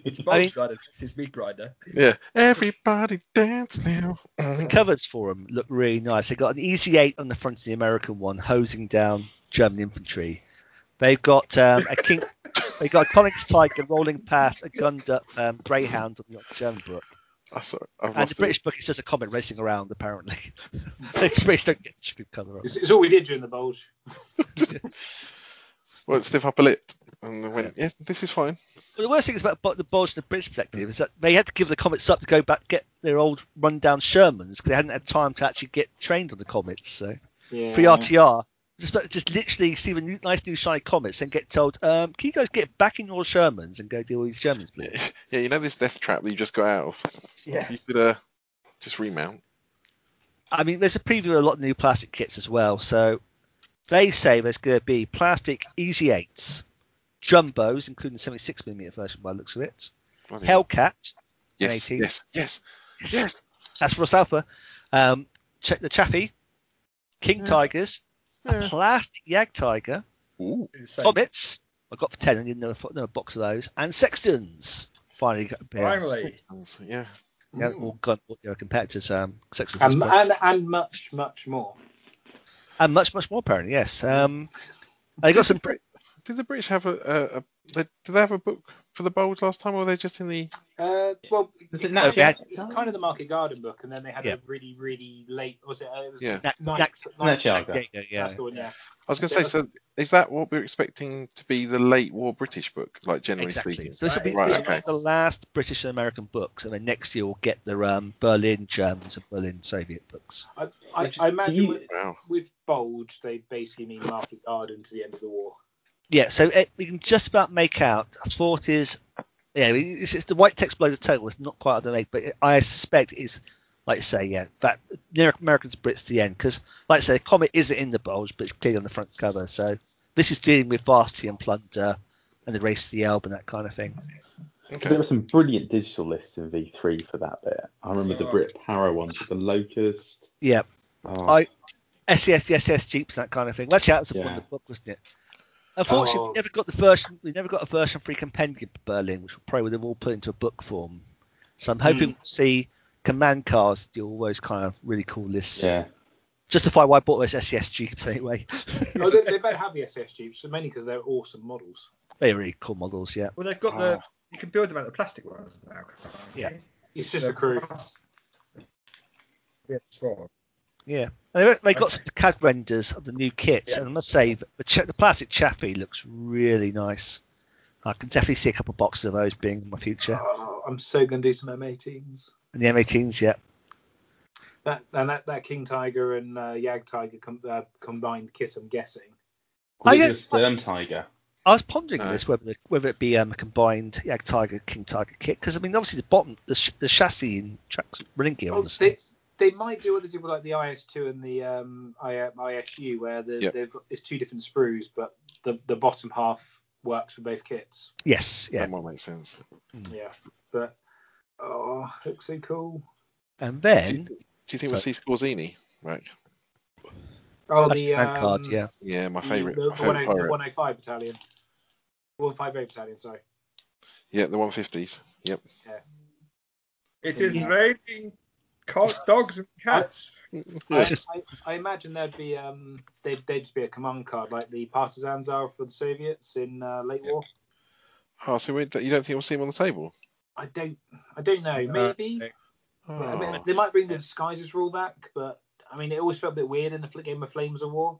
It's
I mean-
Bulge Grinder. It's meat grinder.
Yeah. Everybody dance now.
The covers for them look really nice. They got an Easy Eight on the front of the American one, hosing down German infantry. They've got um, a king. They got a Koenigs Tiger rolling past a gunned up um, Greyhound on the German book,
I saw, I've
and
lost
the
it.
British book is just a comet racing around. Apparently, the British don't get such a good cover. on
It's, it's all we did during the bulge.
Well, stiff upper lip, and they went, "Yes, this is fine."
Well, the worst thing is about about the Bulge and the British perspective is that they had to give the Comets up to go back get their old rundown Shermans because they hadn't had time to actually get trained on the Comets. So
Yeah.
for RTR, just about- just literally see the new, nice new shiny Comets and get told, um, "Can you guys get back in your Shermans and go deal with these Germans, please?"
Yeah, you know this death trap that you just got out of.
Yeah.
You could uh, just remount.
I mean, there's a preview of a lot of new plastic kits as well. So they say there's going to be plastic Easy Eights, Jumbos, including the 76 mm version by the looks of it,
Bloody hell.
Hellcat.
yes,
180.
yes, yes, yes.
That's Ross Alpha. Um, check the Chaffee, King Tigers,
Yeah.
a plastic Yag Tiger,
Ooh.
Insane.
Comets. I got for ten. I didn't know if- know a box of those, and Sextons. Finally, got appeared.
Finally.
Yeah.
Yeah, all gone. All their competitors. Um, Sextons
Mm. And,
and,
and, and much, much more.
and much, much more apparently. Yes. Um, they got some.
Did the British have a, a, a they, did they have a book for the Bulge last time, or were they just in the?
Uh, well,
Is it
it's
Nat
actually-
Jazz?
it's kind of the Market Garden book, and then they had
Yeah.
a really, really late. Was it? Uh, it was
Yeah.
Nat-
ninth-
Nat-
ninth-
Nat
ninth-
Jazz.
yeah,
that's
yeah.
the one, yeah.
I was going to say, so is that what we're expecting to be the late war British book, like generally
Exactly.
speaking?
So this will be
Right,
this will
okay.
be the last British and American books, and then next year we'll get the um, Berlin Germans and Berlin Soviet books.
I, I,
Which is-
I imagine
do you-
with,
Wow.
with Bulge, they basically mean Market Garden to the end of the war.
Yeah, so it, we can just about make out forties. Yeah, it's, it's the white text below the total. It's not quite hard to make, but I suspect it's like I say, yeah, that near Americans Brits to the end because, like I say, the comet isn't in the bulge, but it's clearly on the front cover. So this is dealing with Varsity and Plunder and the race to the Elbe and that kind of thing.
There
Okay.
were some brilliant digital lists in V3 for that bit. I remember the Brit Power ones with the Locust.
Yeah,
Oh,
I- SES, the SES Jeeps, that kind of thing. Well, actually, that was a
Yeah.
wonderful book, wasn't it? Unfortunately,
Oh.
we never got the version. We never got a version free compendium for Berlin, which we probably would have all put into a book form. So I'm hoping to see command cars do all those kind of really cool lists.
yeah.
Justify why I bought those SES Jeeps anyway.
Oh, they, they better have the SS Jeeps, so mainly because they're awesome models.
They're really cool models, yeah.
Well, they've got the. You can build them out of the plastic ones now. can't you?
Yeah.
It's just the crew.
Yeah, it's wrong.
Yeah. And they, they got some CAD renders of the new kits, and I must say, the, ch- the plastic chaffee looks really nice. I can definitely see a couple of boxes of those being in my future.
Oh, I'm so going to do some M18s.
And the M18s, yeah.
That and that, that King Tiger and uh, Yag Tiger com- uh, combined kit, I'm guessing.
I
Was
get-
this the M Tiger?
I was pondering
No.
this whether the, whether it be um, a combined Yag Tiger King Tiger kit because I mean obviously the bottom the, sh- the chassis and tracks running gear
Oh,
on this.
they, they might do what they did with like the IS2 and the um, I, ISU, where the,
Yep.
they've got it's two different sprues, but the, the bottom half works for both kits.
Yes, yeah.
That might make sense.
Yeah, but oh, looks so cool.
And
Do you,
then
do you think we'll see Scorzini? Right.
Oh,
that's
the
the
um,
man card, yeah.
Yeah, my
the-
favourite.
The, oh,
my
the, 10-
favourite
105
pirate.
battalion, one oh five eight battalion. Sorry.
Yeah, the 150s. Yep.
It is raining co- dogs and cats.
I, I, I imagine there'd be um, they'd, they'd just be a command card like the partisans are for the Soviets in uh, late war.
Oh, so we, you don't think we'll see him on the table?
I don't, I don't know.
Uh,
No,
Maybe
no.
Oh.
I mean, they might bring the disguises rule back, but I mean, it always felt a bit weird in the fl- game of Flames of War.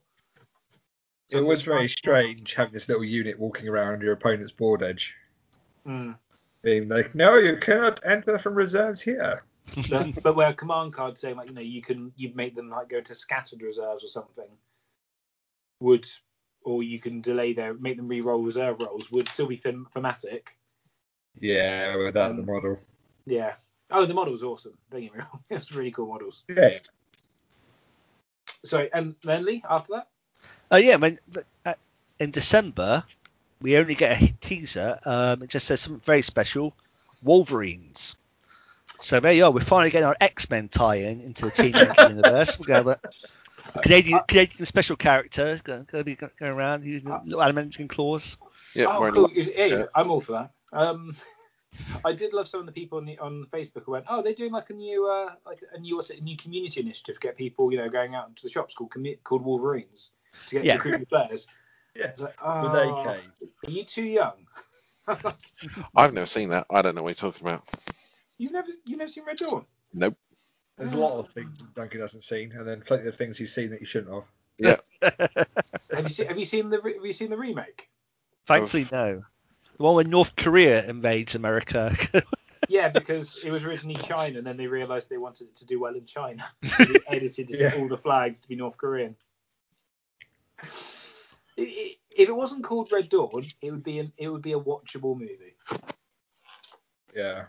It was very strange having this little unit walking around your opponent's board edge,
Mm.
being like, "No, you cannot enter from reserves here."
But, but where a command card saying like you know you can you make them like go to scattered reserves or something would, or you can delay their make them re-roll reserve rolls would still be them- thematic.
Yeah, without the model.
Yeah. Oh, the model's awesome. Don't get me wrong. It was really cool models.
Yeah,
Sorry, and then Lee after that.
Oh yeah, I mean th- uh, in December we only get a hit teaser. Um, it just says something very special, Wolverines. So there you are. We're finally getting our X Men tie-in into the Team Ninja universe. We're going to have a, Canadian, Canadian special character going to be going around using a little alimentation claws.
Yeah,
oh,
wearing
cool.
lo-
Yeah,
shirt.
I'm all for that. Um, I did love some of the people on, the, on Facebook who went, "Oh, they're doing like a new, uh, like a new, what's it, a new community initiative to get people, you know, going out into the shops called commu- called Wolverines to get
Yeah.
recruited players."
Yeah.
It's like,
With
oh, are
AKs.
you too young?
I've never seen that. I don't know what you're talking about.
You've never, you've never seen Red Dawn.
Nope.
There's a lot of things that Duncan hasn't seen, and then plenty of things he's seen that he shouldn't have.
Have you seen? Have you seen the? re- Have you seen the remake?
Thankfully, no. The one where North Korea invades America.
Yeah, because it was originally China, and then they realised they wanted it to do well in China. So they edited
Yeah.
all the flags to be North Korean. I- I- If it wasn't called Red Dawn, it would be an, it would be a watchable movie.
Yeah.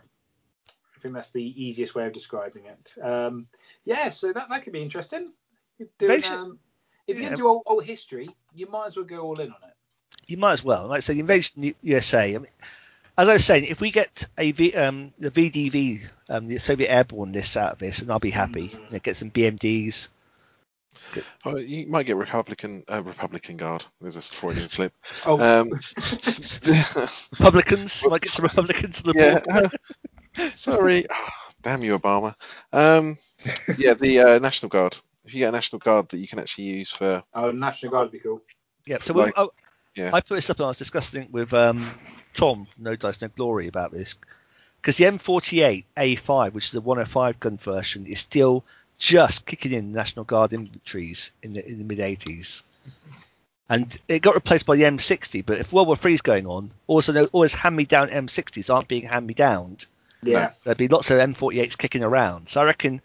I think that's the easiest way of describing it. Um, yeah, so that, that could be interesting. You're doing,
Basically-
um, if you're
yeah.
going to do old, old history, you might as well go all in on it.
you might as well. Like I said, the invasion of the USA. I mean, as I was saying, if we get a v, um, the VDV, um, the Soviet airborne list out of this, and I'll be happy. You know, get some BMDs.
Oh, you might get Republican uh, Republican Guard. There's a Freudian slip.
Oh,
Uh,
Um,
Republicans. might get some Republicans on the
yeah.
board.
uh, sorry. Ah, damn you, Obama. Um, yeah, the uh, National Guard. If you get a National Guard that you can actually use for
oh, National Guard would be cool.
Yeah. So we
Like,
oh,
yeah.
I put this up and I was discussing it with um, Tom, No Dice No Glory, about this because the M48 A5, which is the 105 gun version, is still just kicking in National Guard inventories in the in the mid 80s. And it got replaced by the M60, but if World War Three's going on, also those always hand-me-down M60s aren't being hand-me-downed.
Yeah,
There'd be lots of M48s kicking around. So I reckon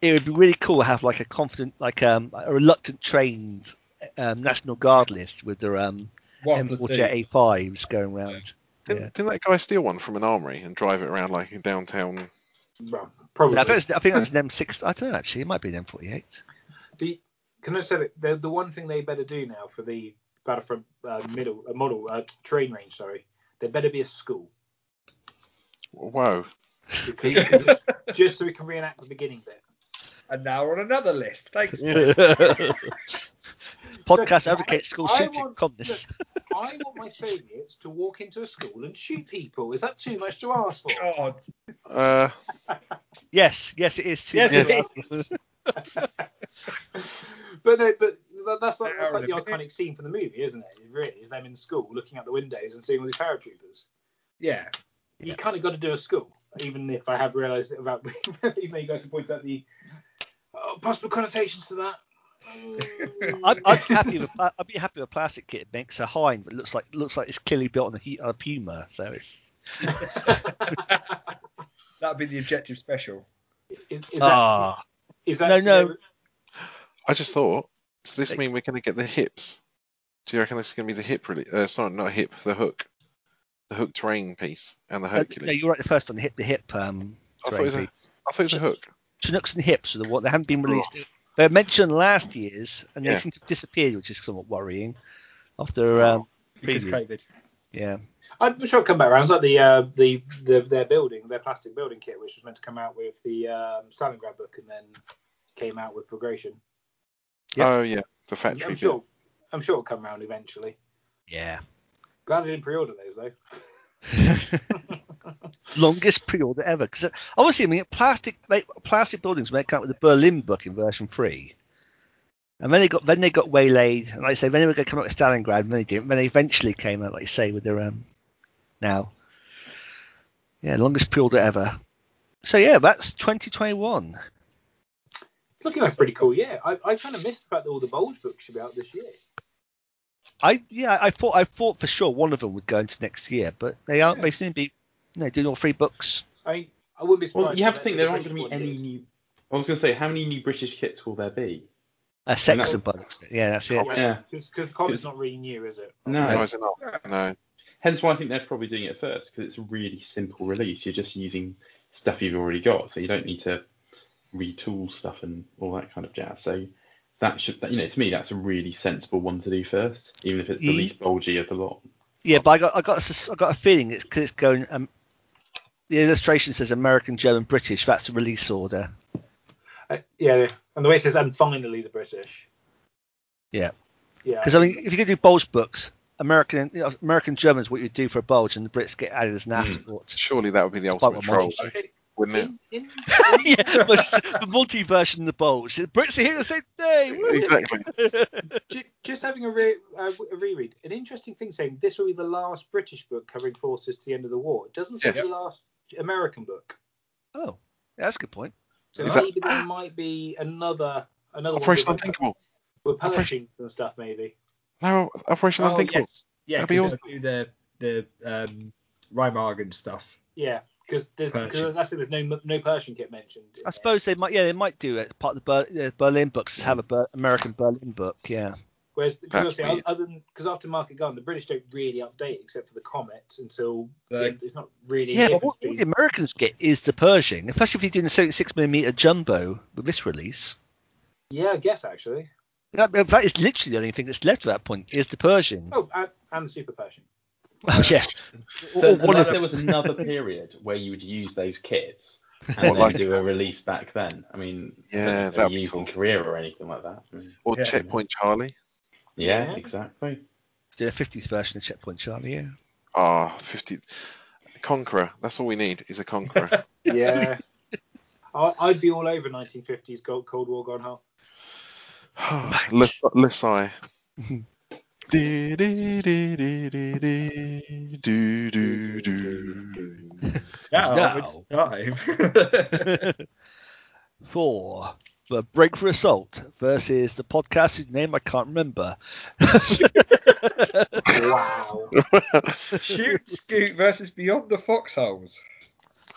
it would be really cool to have like a confident, like um, a reluctant trained um, National Guard list with their um,
One platoon.
M48 A5s going round.
Didn't,
Yeah.
didn't that guy steal one from an armory and drive it around like in downtown?
well, probably.
Yeah, I, think it's, I think that's an M6. I don't know actually. It might be an M48.
The, can I say that the, the one thing they better do now for the Battlefront uh, middle uh, model uh, train range? Sorry, there better be a school
Whoa!
because just so we can reenact the beginning bit.
And now we're on another list. Thanks.
Yeah.
Podcast
I-
advocates school
I
shooting
want-
communists.
I want my favourites to walk into a school and shoot people. Is that too much to ask for?
Oh,
God.
Uh,
Yes, yes, it is. Too
Yes,
it
is.
but no, but that- that's like, that's
Hour
like the
and a bit.
iconic scene from the movie, isn't it? It really is them in school looking out the windows and seeing all these paratroopers.
Yeah.
You kind of got to do a school, even if I have realised it about even though you guys have pointed out the oh, possible connotations to that. Mm.
I'd, I'd be happy with I'd be happy with a plastic kit that makes a hind, but looks like looks like it's clearly built on a, hu- on a puma. So it's
That'd be the objective special.
Is, is that,
ah.
is that
No, no.
I just thought. Does this
Like-
mean we're going to get the hips? Do you reckon this is going to be the hip? Really? Uh, sorry, not hip. The hook. The hook terrain piece and the
Uh, No,
Hercules.
you're right. The first one, the hip, the hip. Um,
I thought it
terrain
was a-
piece.
I thought it was a hook.
Chinooks and hips are the what they haven't been released. They were mentioned last year's, and they
Yeah.
seem to have disappeared, which is somewhat worrying. After um,
Because
Preview.
COVID.
yeah,
I'm sure it'll come back around. It's like the, uh, the the their building, their plastic building kit, which was meant to come out with the um, Stalingrad book, and then came out with Progression.
Yep.
Oh yeah, the factory.
I'm
bit.
sure, I'm sure it'll come round eventually.
yeah.
Glad I didn't pre-order those though.
Longest pre-order ever because obviously, I mean, plastic they, plastic buildings make up with the Berlin book in version three, and then they got then they got waylaid, and like I say, then they were going to come out with Stalingrad, and then they didn't. Then they eventually came out, like you say, with their um, now, yeah, longest pre-order ever. So yeah, that's 2021.
It's looking like a pretty cool year. I, I kind of missed the fact that all the Bulge books should be out this year.
I yeah, I thought I thought for sure one of them would go into next year, but they aren't. They seem to be you know, doing all three books.
I mean, I wouldn't be surprised.
Well, you have to
if
think
the
there aren't
British
going to be
one
any
did.
new. I was going to say, how many new British kits will there be?
A Sexton by the looks uh, of it. Yeah, that's it.
Yeah.
because the comic's
It's-
not really new, is it?
No,
No.
is it not? No.
Hence why I think they're probably doing it first because it's a really simple release. You're just using stuff you've already got, so you don't need to retool stuff and all that kind of jazz. So that should, you know, to me, that's a really sensible one to do first, even if it's the
Ye-
least bulgy of the lot.
Yeah, but I got I got a sus- I got a feeling it's because it's going. Um, the illustration says American, German, British. That's the release order.
Uh, yeah, And the way it says, and finally the British.
Yeah.
Yeah.
Because I mean, if you could do bulge books, American you know, American Germans what you do for a bulge, and the Brits get added as an afterthought.
Surely that would be the
Despite
ultimate
what Monty
troll,
said.
wouldn't it?
In, in,
yeah, but it's the multi version of the bulge. The Brits are here the same day. woo!
Exactly.
ju- just having a, re- uh, a reread, an interesting thing saying this will be the last British book covering forces to the end of the war. It doesn't say
Yes.
the last American book.
Oh, yeah, that's a good point.
So
Is that-
maybe there might be another another
Operation
one. with-
Unthinkable.
With
Operation-
Pershing and stuff, maybe.
No, Operation
Oh,
Unthinkable.
yes. Yeah,
That'd be
because they'll do the, the um, Reimargan stuff.
Yeah, because there's
Pershing.
because that's there's no no Pershing get mentioned.
I
in there.
suppose they might. Yeah, they might do it. Part of the Ber- uh, Berlin books is have a Ber- American Berlin book. Yeah.
Whereas,
That's
because
weird.
other than because after Market Gun, the British don't really update except for the comet until
No.
the end. it's not really.
Yeah,
different
but what, what the
between-
Americans get is the Pershing, especially if you're doing the 76 millimeter jumbo with this release.
yeah, I guess actually.
That, that is literally the only thing that's left at that point is the Pershing.
Oh, and, and Super Pershing.
Well, yes.
So
Or- or one
unless
of
there was another period where you would use those kits and
What,
then
like-
do a release back then. I mean,
Yeah,
yeah,
that'd be
used in
cool.
Korea or anything like that. I mean,
Or
Yeah.
Checkpoint Charlie.
yeah,
Yeah.
exactly.
Do a 50s version of Checkpoint Charlie, yeah.
Ah, 50. Conqueror. That's all we need is a Conqueror.
Yeah. I- I'd be all over 1950s Cold, Cold War gone half.
Le- Lesai. Do, do, do, do, do, do, do, do, do.
Now
No.
it's time.
For the Break for Assault versus the podcast whose name I can't remember.
Wow.
Shoot Scoot versus Beyond the Foxholes.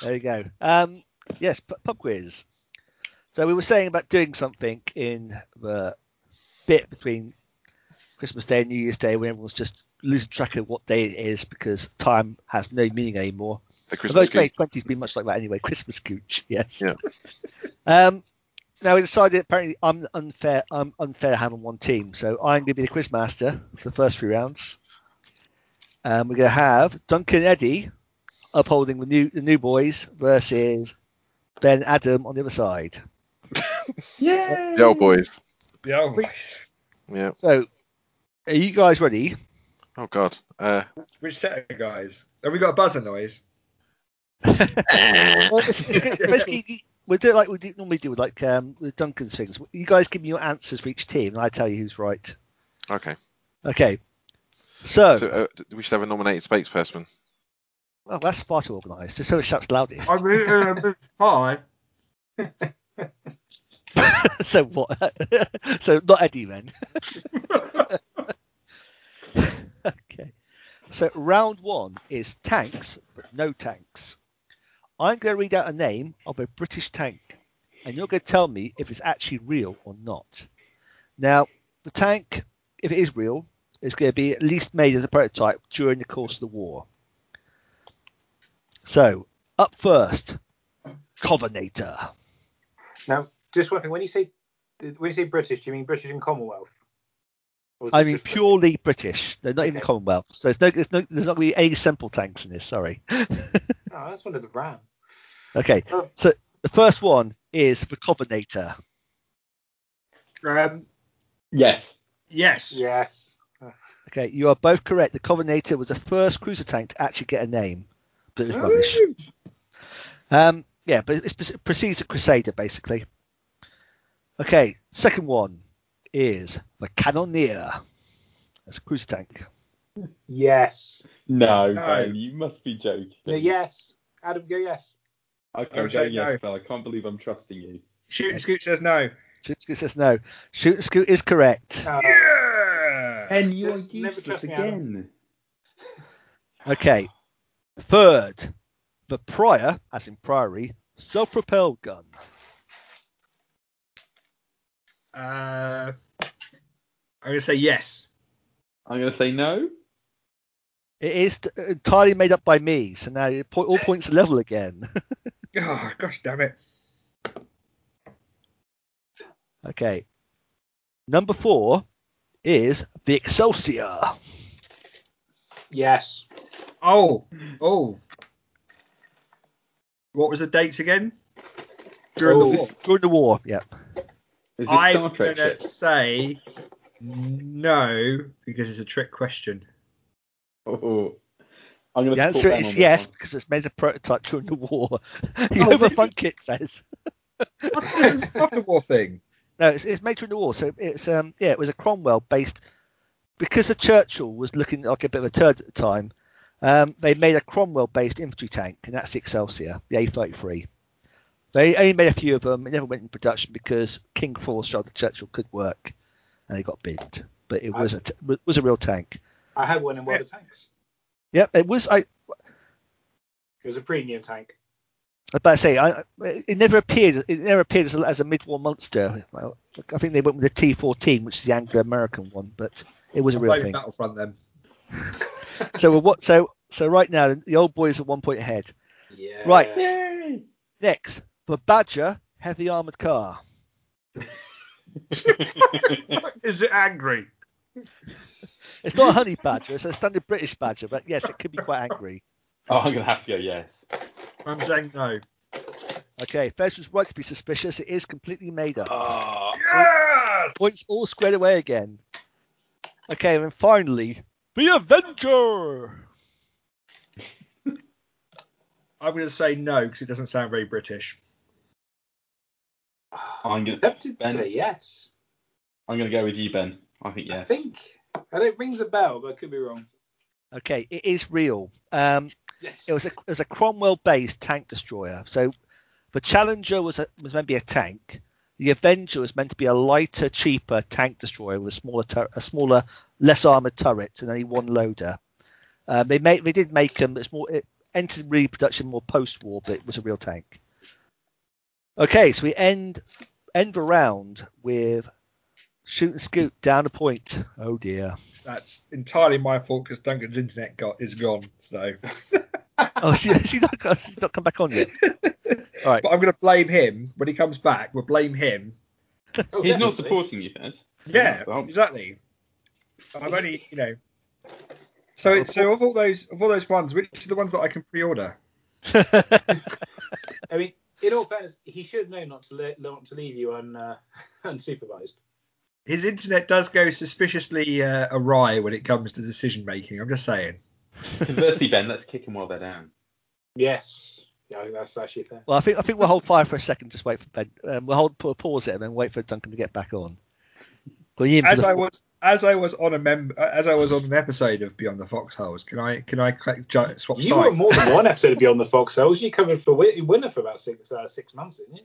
There you go. Um, yes, pu- pub quiz. So we were saying about doing something in the bit between Christmas Day and New Year's Day when everyone's just losing track of what day it is because time has no meaning anymore.
The
Although
Christmas
it's May
cake.
20's been much like that anyway. Christmas gooch, yes.
Yeah.
um, now we decided apparently I'm unfair. I'm unfair having one team, so I'm going to be the quiz master for the first three rounds. Um, we're going to have Duncan Eddy upholding the new the new boys versus Ben Adam on the other side.
Yeah.
The old boys.
The old boys.
Yeah.
So, are you guys ready?
Oh, God. Uh,
Which set of guys? Have we got a buzzer noise?
Well, it's, it's good- basically, you- we do it like we do, normally do with like um, with Duncan's things. You guys give me your answers for each team, and I tell you who's right.
okay.
Okay. So,
So uh, d- we should have a nominated spokesperson.
well, that's far too organised. Just whoever shouts loudest.
I'm fine.
so what? so not Eddie then. okay. So round one is tanks, but no tanks. I'm going to read out a name of a British tank, and you're going to tell me if it's actually real or not. Now, the tank, if it is real, is going to be at least made as a prototype during the course of the war. So, up first, Covenator.
Now, just one thing. When you say when you say British, do you mean British and Commonwealth? Or is
I
it
mean
just British?
purely British. They're not even
Okay.
Commonwealth. So there's no, there's no, there's not going to be any simple tanks in this. Sorry.
Oh, that's one of the brand.
Okay.
Oh.
So the first one is the Covenator.
Um,
Yes.
yes.
Yes.
Okay, you are both correct. The Covenator was the first cruiser tank to actually get a name, but it was rubbish.
Woo!
Um, yeah, but it's- it precedes the Crusader basically. Okay, second one is the Cannoneer. That's a cruiser tank.
Yes.
No,
No.
Ben, you must be joking.
No, yes. Adam, go yes.
I
I
can
would
go
say
yes,
no.
Ben. I can't believe I'm trusting you.
Shoot Scoot says no.
Shoot and Scoot says no. Shoot and Scoot is correct.
Uh,
Yeah.
And you are
Never trust
useless
me, Adam.
again.
Okay. Third, the prior, as in priory, self-propelled gun.
Uh, I'm gonna say yes.
I'm going to say no.
It is t- entirely made up by me, so now your po- all points are level again.
Oh gosh, damn it.
okay. Number four is the Excelsior.
yes.
Oh, oh. What was the dates again? During
Oh.
the war.
During the war, yeah.
Is this Star
I'm
Trek
gonna
shit?
say no because it's a trick question.
Oh, I'm gonna
The
support
answer
Ben
is
on
yes,
this
because it's made a prototype during the war. you
Oh,
overthunk it, Fez.
I thought it was an After war thing.
No, it's, it's made during the war. So it's um yeah, it was a Cromwell based because the Churchill was looking like a bit of a turd at the time. Um, they made a Cromwell based infantry tank, and that's the Excelsior, the A33. They only made a few of them. It never went in production because King Force showed the Churchill could work, and it got binned. But it was a t- was a real tank.
I had one in World of Tanks.
Yep, it was. I
It was a premium tank.
But I say, I, I- it never appeared. It never appeared as a, as a mid-war monster. Well, I think they went with the T-14, which is the Anglo-American one, but it was a
I'm
real
blaming
thing.
Battlefront then.
So we're what? So so right now, the old boys are one point ahead.
Yeah.
Right.
one. Yay!
Next, the Badger heavy armored car.
Is it angry?
It's not a honey badger; it's a standard British badger. But yes, it could be quite angry.
Oh, I'm gonna have to go yes.
I'm saying no.
Okay, Fez was right to be suspicious. It is completely made up.
Ah,
Yes!
Points all squared away again. Okay, and finally, the Avenger.
I'm going to say no because it doesn't sound very British.
Ah.
I'm gonna
tempted to
Ben?
say yes.
I'm gonna go with you, Ben. I think
I
yes.
think and it rings a bell, but I could be wrong.
Okay, it is real. Um,
Yes.
it was a it was a Cromwell-based tank destroyer. So the Challenger was a, was meant to be a tank. The Avenger was meant to be a lighter, cheaper tank destroyer with a smaller tur- a smaller, less armored turret and only one loader. Um, they made they did make them. It's more it entered reproduction more post-war, but it was a real tank. Okay, so we end end the round with shoot and scoot down a point. Oh dear.
That's entirely my fault because Duncan's internet got is gone. So,
Oh, she, she's not she's not come back on yet.
but I'm going to blame him when he comes back. We'll blame him.
Oh,
He's not
definitely.
supporting you, Fez.
Yeah,
so-
exactly. I'm only, you know. So, it's, so of all those of all those ones, which are the ones that I can pre-order?
I mean, in all fairness, he should know not to le- not to leave you un- uh, unsupervised.
His internet does go suspiciously uh, awry when it comes to decision making. I'm just saying.
Conversely, Ben, let's kick him while they're down.
Yes. Yeah, I think that's actually fair.
Well, I think I think we'll hold fire for a second. Just wait for Ben. Um, we'll hold pa- pause it and then wait for Duncan to get back on. Go in for
As
the-
I was as I was on a mem- as I was on an episode of Beyond the Foxholes. Can I can I click, ju-
Oh,
swap
You were
sides?
more than one episode of Beyond the Foxholes. You covered for Wi- Winner for about six uh, six months, didn't you?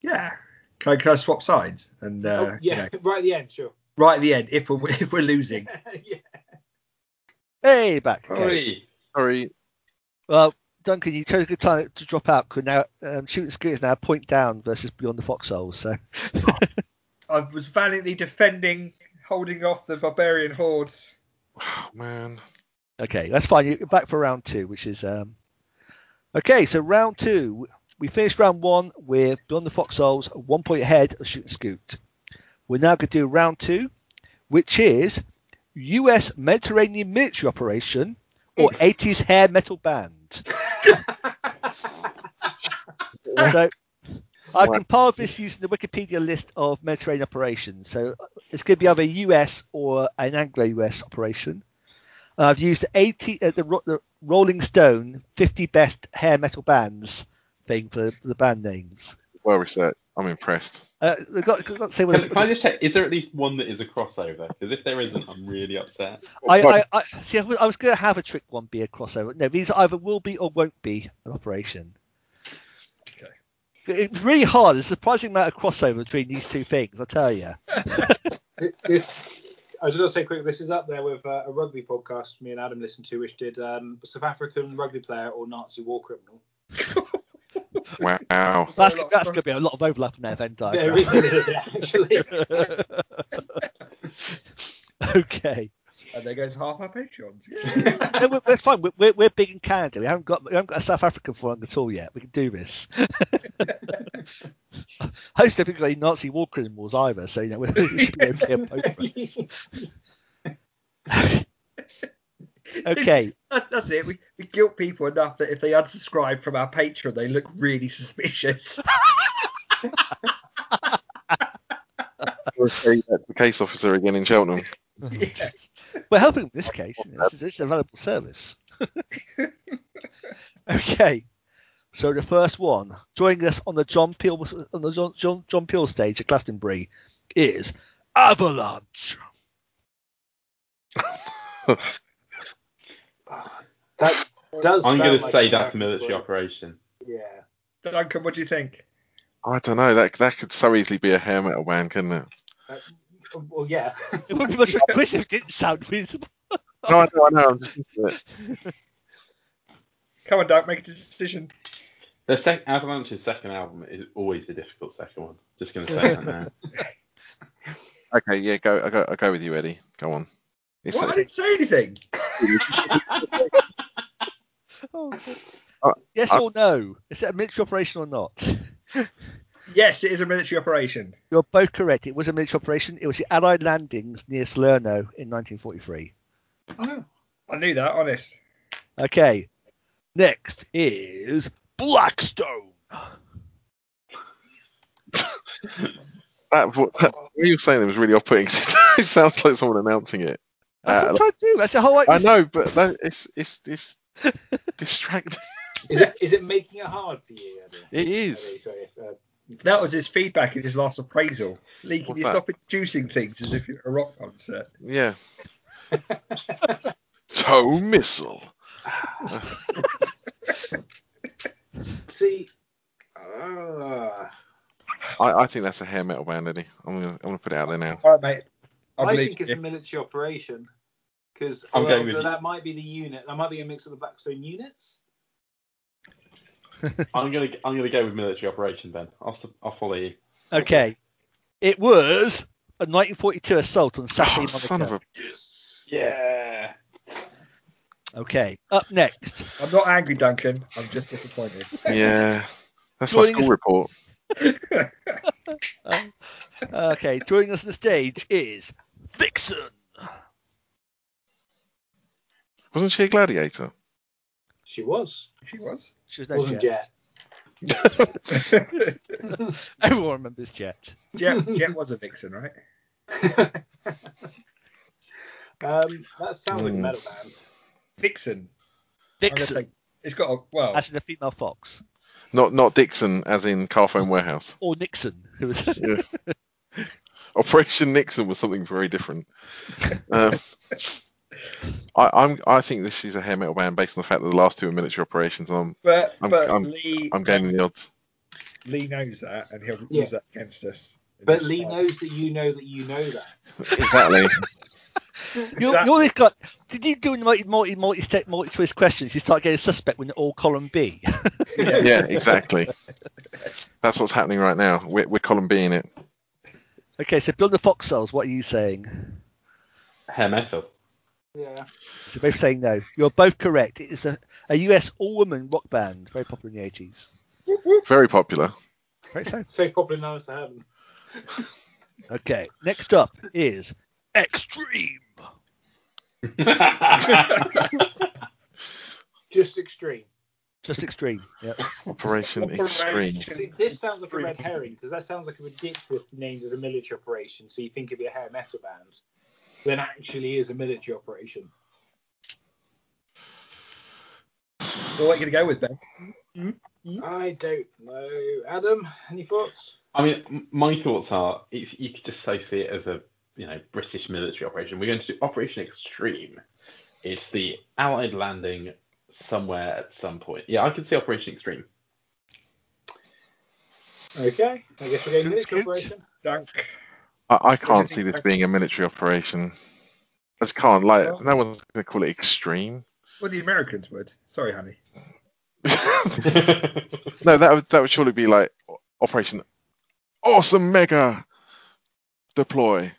Yeah. Can I, can I swap sides and uh,
oh,
you
yeah,
know,
right at the end, sure.
right at the end if we're if we're losing?
yeah.
hey back. Okay.
Hurry!
Sorry,
Well, Duncan, you chose a good time to drop out. Could now um, shooting scoot is now a point down versus beyond the foxholes. So
I was valiantly defending, holding off the barbarian hordes.
oh, man.
okay, that's fine. You're back for round two, which is um okay. So round two, we finished round one with beyond the foxholes one point ahead of shooting scoot. We're now going to do round two, which is U.S. Mediterranean military operation or 80s hair metal band. so I
Wow.
compiled this using the Wikipedia list of Mediterranean operations. So it's going to be either U.S. or an Anglo-U.S. operation. And Uh, I've used the 80 uh, the, Ro- the Rolling Stone 50 best hair metal bands thing for the band names.
Well researched. I'm impressed.
Uh, they've got, got to say
Can,
whether-
can I just check? Is there at least one that is a crossover? Because if there isn't, I'm really upset.
I,
Well,
I, I see. I was, I was going to have a trick one be a crossover. No, these either will be or won't be an operation.
Okay.
It was really hard. There's a surprising amount of crossover between these two things. I tell you.
This, I was going to say quick. This is up there with uh, a rugby podcast me and Adam listened to, which did um, South African rugby player or Nazi war criminal.
wow.
That's,
a lot of fun.
that's going to be a lot of overlap in that Venn
There
diagram.
is a bit of that, actually.
okay,
And there goes half our Patreons.
no, we- that's fine. We're, we're, we're big in Canada. We haven't got we haven't got a South African flag at all yet. We can do this. Host typically Nazi war criminals either, so you know we should be okay on both fronts. Okay.
That- That's it. We, we guilt people enough that if they unsubscribe from our Patreon, they look really suspicious.
say that to the case officer again in Cheltenham.
We're helping in this case. This is, this is a valuable service. okay, so the first one joining us on the John Peel on the John, John, John Peel stage at Glastonbury is Avalanche.
That does.
I'm
going to
say that's a military operation.
Yeah.
Duncan, what do you think?
I don't know. That that could so easily be a hair metal band, couldn't it?
Well, yeah.
It would be much more impressive. It didn't sound reasonable.
No, I know. I know. I'm just into it.
Come on, Doug, make a decision.
The sec- Avalanche's second album is always the difficult second one. Just going to say that now.
Okay, yeah. Go. I go. I go with you, Eddie. Go on. It's
What? I
a,
didn't say anything.
Oh,
Uh,
yes or no? Is it a military operation or not?
Yes, it is a military operation.
You're both correct. It was a military operation. It was the Allied landings near Salerno in 1943.
I knew that, honest.
Okay. Next is Blackstone.
that, vo- that what you were saying it was really off-putting. 'cause it sounds like someone announcing it.
That's
Uh,
what I'm trying to do. That's the whole
I
idea.
know, but that, it's it's it's distracting.
Is it, is it making it hard for you? Eddie?
It
Eddie,
is.
sorry, uh,
That was his feedback in his last appraisal. Lee, can
What's
you
that?
stop introducing things as if you're at a rock concert?
Yeah. Tow missile.
see. Uh,
I, I think that's a hair metal band, Eddie. I'm gonna I'm gonna put it out there now.
All right, mate. I,
I
believe
think it's a
you.
military operation because
I'm going with you.
that might be the unit. That might be a mix of the Blackstone units.
I'm going to I'm going to go with military operation then. I'll s- I'll follow you.
Okay. It was a 1942 assault on Saturday
Oh, son of
Monaco.
a.
Yeah.
Okay. Up next.
I'm not angry, Duncan. I'm just disappointed.
Yeah. That's my
Joining us-
school report.
Um, Okay. Joining us on the stage is Vixen.
Wasn't she a gladiator?
She was.
she was.
She was no
Wasn't
jet.
Jet.
Everyone remembers Jet.
Jet, Jet was a vixen, right?
Um, that sounds like a
Hmm.
metal band.
Vixen. I'm gonna
Vixen.
say- It's got a well.
As in the female fox.
Not not Dixon, as in Carphone Warehouse.
Or Nixon, who was
Operation Nixon was something very different. Um, I, I'm I think this is a hair metal band based on the fact that the last two are military operations. And I'm
But,
I'm-
but
I'm-
Lee,
I'm gaining the odds.
Lee knows that, and he'll
Yeah.
use that against us. in
But
this
Lee
side.
knows that you know that you know that.
Exactly.
You,
Exactly.
you always got. Did you do multi multi multi step multi choice questions? You start getting suspect when they're all column B.
Yeah.
yeah, exactly. That's what's happening right now. We're, we're column B in it.
okay, so beyond the foxholes, what are you saying?
Hair metal.
Yeah.
So both saying no. You're both correct. It is a, a US all woman rock band, very popular in the eighties.
Very popular.
Right, so
So popular now it's to heaven.
okay. Next up is Extreme.
Just extreme.
Just extreme. Yeah.
Operation Extreme.
See, this sounds like a red herring because that sounds like a ridiculous name as a military operation. So you think it'd be a hair metal band, then actually is a military operation.
Well, what are you going to go with, Ben?
I don't know. Adam, any thoughts?
I mean, m- my thoughts are it's you could just so see it as a you know British military operation. We're going to do Operation Extreme. It's the Allied landing somewhere at some point. Yeah, I can see Operation Extreme.
Okay, I guess we're going to this
Scoot.
corporation.
Dunk.
I, I can't see this being a military operation. I just can't. Like, no one's going to call it extreme.
Well, the Americans would. Sorry, honey.
no, that would that would surely be like Operation Awesome Mega Deploy.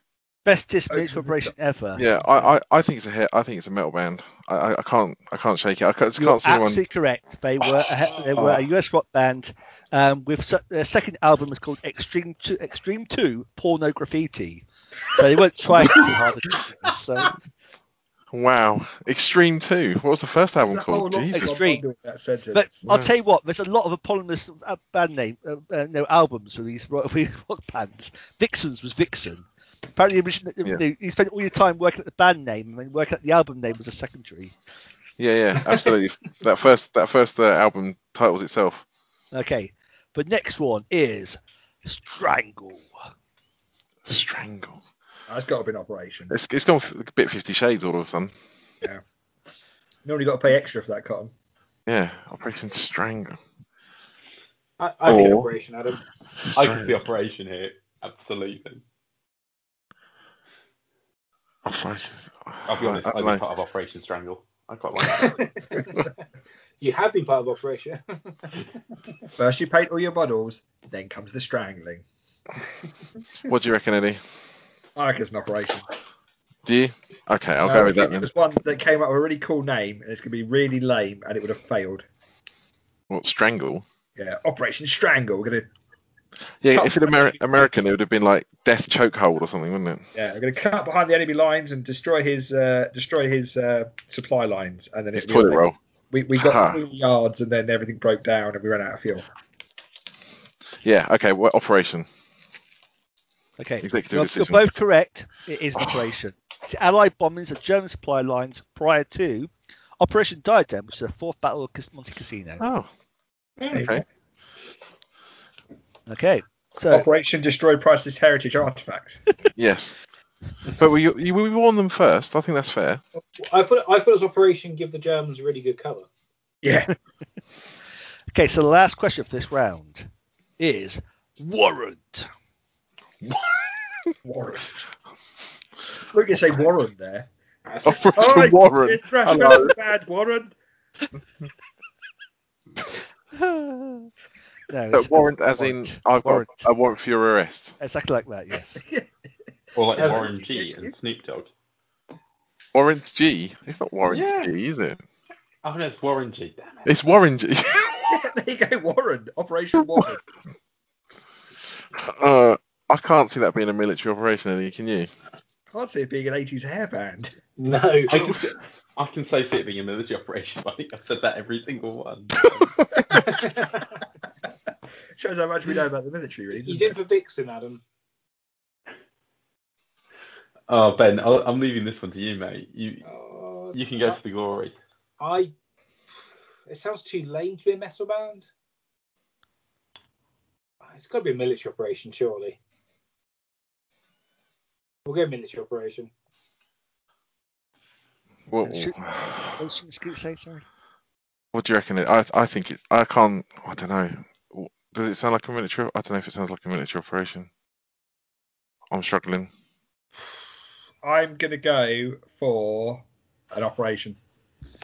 Bestest military operation ever.
Yeah, I, I, I think it's a hit. I think it's a metal band. I, I, I can't I can't shake it. I ca- just
You're
can't see anyone. Oh.
absolutely correct. They were a, they were a US rock band. Um, with su- their second album was called Extreme Two, Extreme Two, Porno Graffiti. So they weren't trying too hard. to do this, So
Wow, Extreme Two. What was the first album
There's a whole
called?
lot of
Jesus.
people bundled in That sentence.
But I'll
Wow.
tell you what, there's a lot of eponymous uh, band name, uh, uh, no albums for these rock, rock bands. Vixen's was Vixen. Apparently, originally- you, spent all your time working at the band name and then working at the album name was a secondary.
Yeah, yeah, absolutely. that first that first uh, album titles itself.
Okay, but next one is Strangle.
Strangle.
That's got to be an operation.
It's, it's gone f- a bit Fifty Shades all of a sudden.
Normally, got to pay extra for that cotton.
Yeah, Operation Strangle.
I, I think
Or-
Operation Adam.
I can see operation here. Absolutely.
Operation.
I'll be honest.
I
I'd
don't
be
know.
part of Operation Strangle. I quite like that.
You have been part of Operation.
First, you paint all your models, then comes the strangling.
What do you reckon, Eddie?
I reckon it's an operation.
Do you? Okay, I'll
No,
go with
I
that
think
then.
There's one that came up with a really cool name, and it's going to be really lame, and it would have failed.
What strangle?
Yeah, Operation Strangle. We're going to
Yeah,
Cut
if it Ameri- American, it would have been like death chokehold or something, wouldn't it?
yeah, we're going to cut behind the enemy lines and destroy his uh, destroy his uh, supply lines, and then
It's
it,
toilet roll.
We, we
Ha.
got three yards, and then everything broke down, and we ran out of fuel.
Yeah. Okay. What operation?
Okay,
Executive
you're, you're
decision.
both correct. It is an
Oh.
operation. It's Allied bombings of German supply lines prior to Operation Diadem, which is the fourth battle of Cas- Monte Cassino.
Oh, okay.
Okay, so
Oh.
Operation Destroy Priceless Heritage Artifacts.
Yes. But we you, we warned them first. I think that's fair.
I thought I thought it was Operation Give the Germans a really good cover.
yeah,
okay, so the last question for this round is Warrant.
Warren. Look, you say Warren there.
Operation
All right,
Warren.
It's right,
Hello.
bad Warren.
no,
But
it's-
warrant, as in,
warrant.
I've got
Warrant.
a warrant for your arrest.
Exactly like that, yes.
Or like
That's-
Warren G and Snoop Dogg.
Warrant G. It's not warrant
Yeah.
G, is it?
Oh no, it's Warren G. Damn it.
It's Warren G.
there you go, Warren. Operation Warren.
uh, I can't see that being a military operation, Eddie. Can you?
Can't see it being an 80s hair band.
No,
I can, say, I can say see it being a military operation. but I think I've said that every single one.
Shows how much we know about the military, really. doesn't
you did
it?
for Vixen, Adam.
oh Ben, I'll, I'm leaving this one to you, mate. You
Oh,
you can go for the glory.
I. It sounds too lame to be a metal band. It's got to be a military operation, surely. We'll go military operation.
What,
Should- What does Shinsuke say? Sorry.
what do you reckon? It, I I think it. I can't. I don't know. Does it sound like a military? I don't know if it sounds like a military operation. I'm struggling.
I'm going to go for an operation.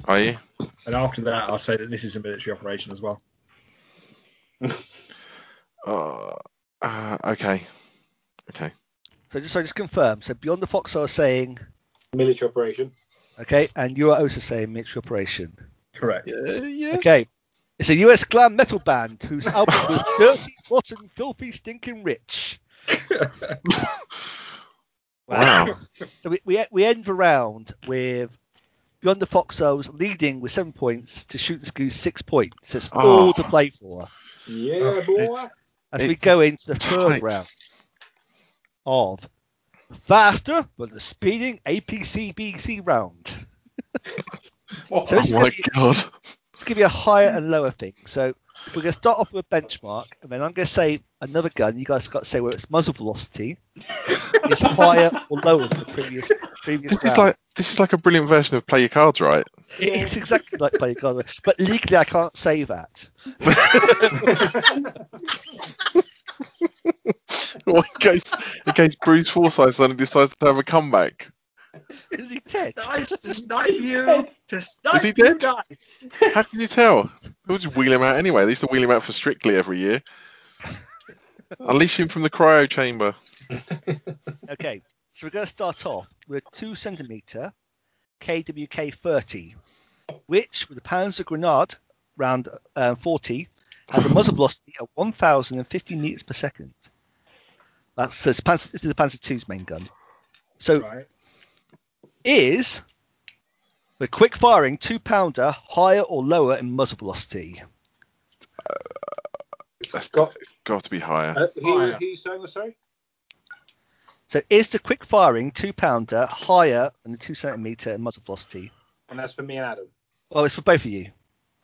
Are you?
And after that, I'll say that this is a military operation as well.
Uh, uh, okay. Okay.
So just so I just confirm. So Beyond the Fox are saying
Military operation.
okay, and you are also saying military operation.
Correct.
yeah.
Okay. It's a US glam metal band whose album was Dirty, Rotten, Filthy, Stinking Rich.
Wow. Oh
So we, we, we end the round with Beyond the Foxholes leading with seven points to Shoot Goose six points. It's all
Oh.
to play for.
Yeah, boy.
it's-
As we
It's
go into the third
tight.
round of Faster but the Speeding APCBC round.
What?
So this is
oh my
gonna be-
god.
Let's give you a higher and lower thing. So we're going to start off with a benchmark, and then I'm going to say another gun. You guys got to say whether it's muzzle velocity is higher or lower than the previous previous
This
round.
is like this is like a brilliant version of play your cards right.
It's exactly like playing God, of War, but legally I can't say that.
Or in case in case Bruce Forsyth suddenly decides to have a comeback.
Is he dead?
Nice to snipe you. To snipe
Is he
you
dead?
nice.
How can you tell? They'll just wheel him out anyway. They used to wheel him out for Strictly every year. Unleash him from the cryo chamber.
Okay, so we're going to start off with a two centimeter KWK 30, which with the pounds of grenade round uh, 40 has a muzzle velocity of 1,050 meters per second. That's so it's Panzer, this is the Panzer II's main gun. So
Right.
is the quick firing two pounder higher or lower in muzzle velocity?
That's
got-
got to be higher.
Uh, who,
Fire.
who you saying was sorry?
So is the quick firing two pounder higher than the two centimeter muzzle velocity?
And that's for me and Adam.
Well, it's for both of you.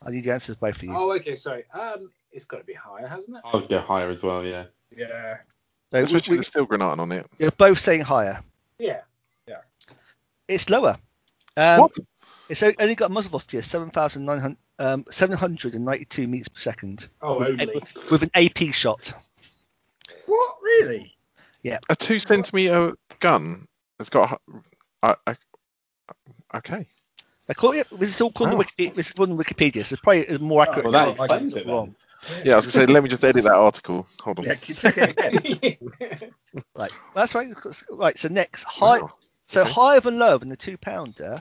I need the answers for both of you.
Oh, okay, sorry. Um, it's got to be higher, hasn't it?
I would go higher as well, yeah.
Yeah.
So we,
Especially with the steel grenade on it.
are both saying higher.
Yeah.
It's lower. Um,
What?
It's o- only got a muzzle velocity of 7,900 um, 792 meters per second
Oh,
with,
only.
a- with an AP shot.
What really?
A two centimeter gun has got. a hu- I- I- okay.
According, this is all called on
Wow.
Wiki, this is on Wikipedia, so it's probably a more accurate.
Well, that
count.
explains it.
wrong.
Then.
Yeah, I was gonna say, let me just edit that article. Hold on.
Yeah, can you check it again?
Right. Well, that's right. Right. So next, high.
Wow.
So
Okay.
higher than lower than the two pounder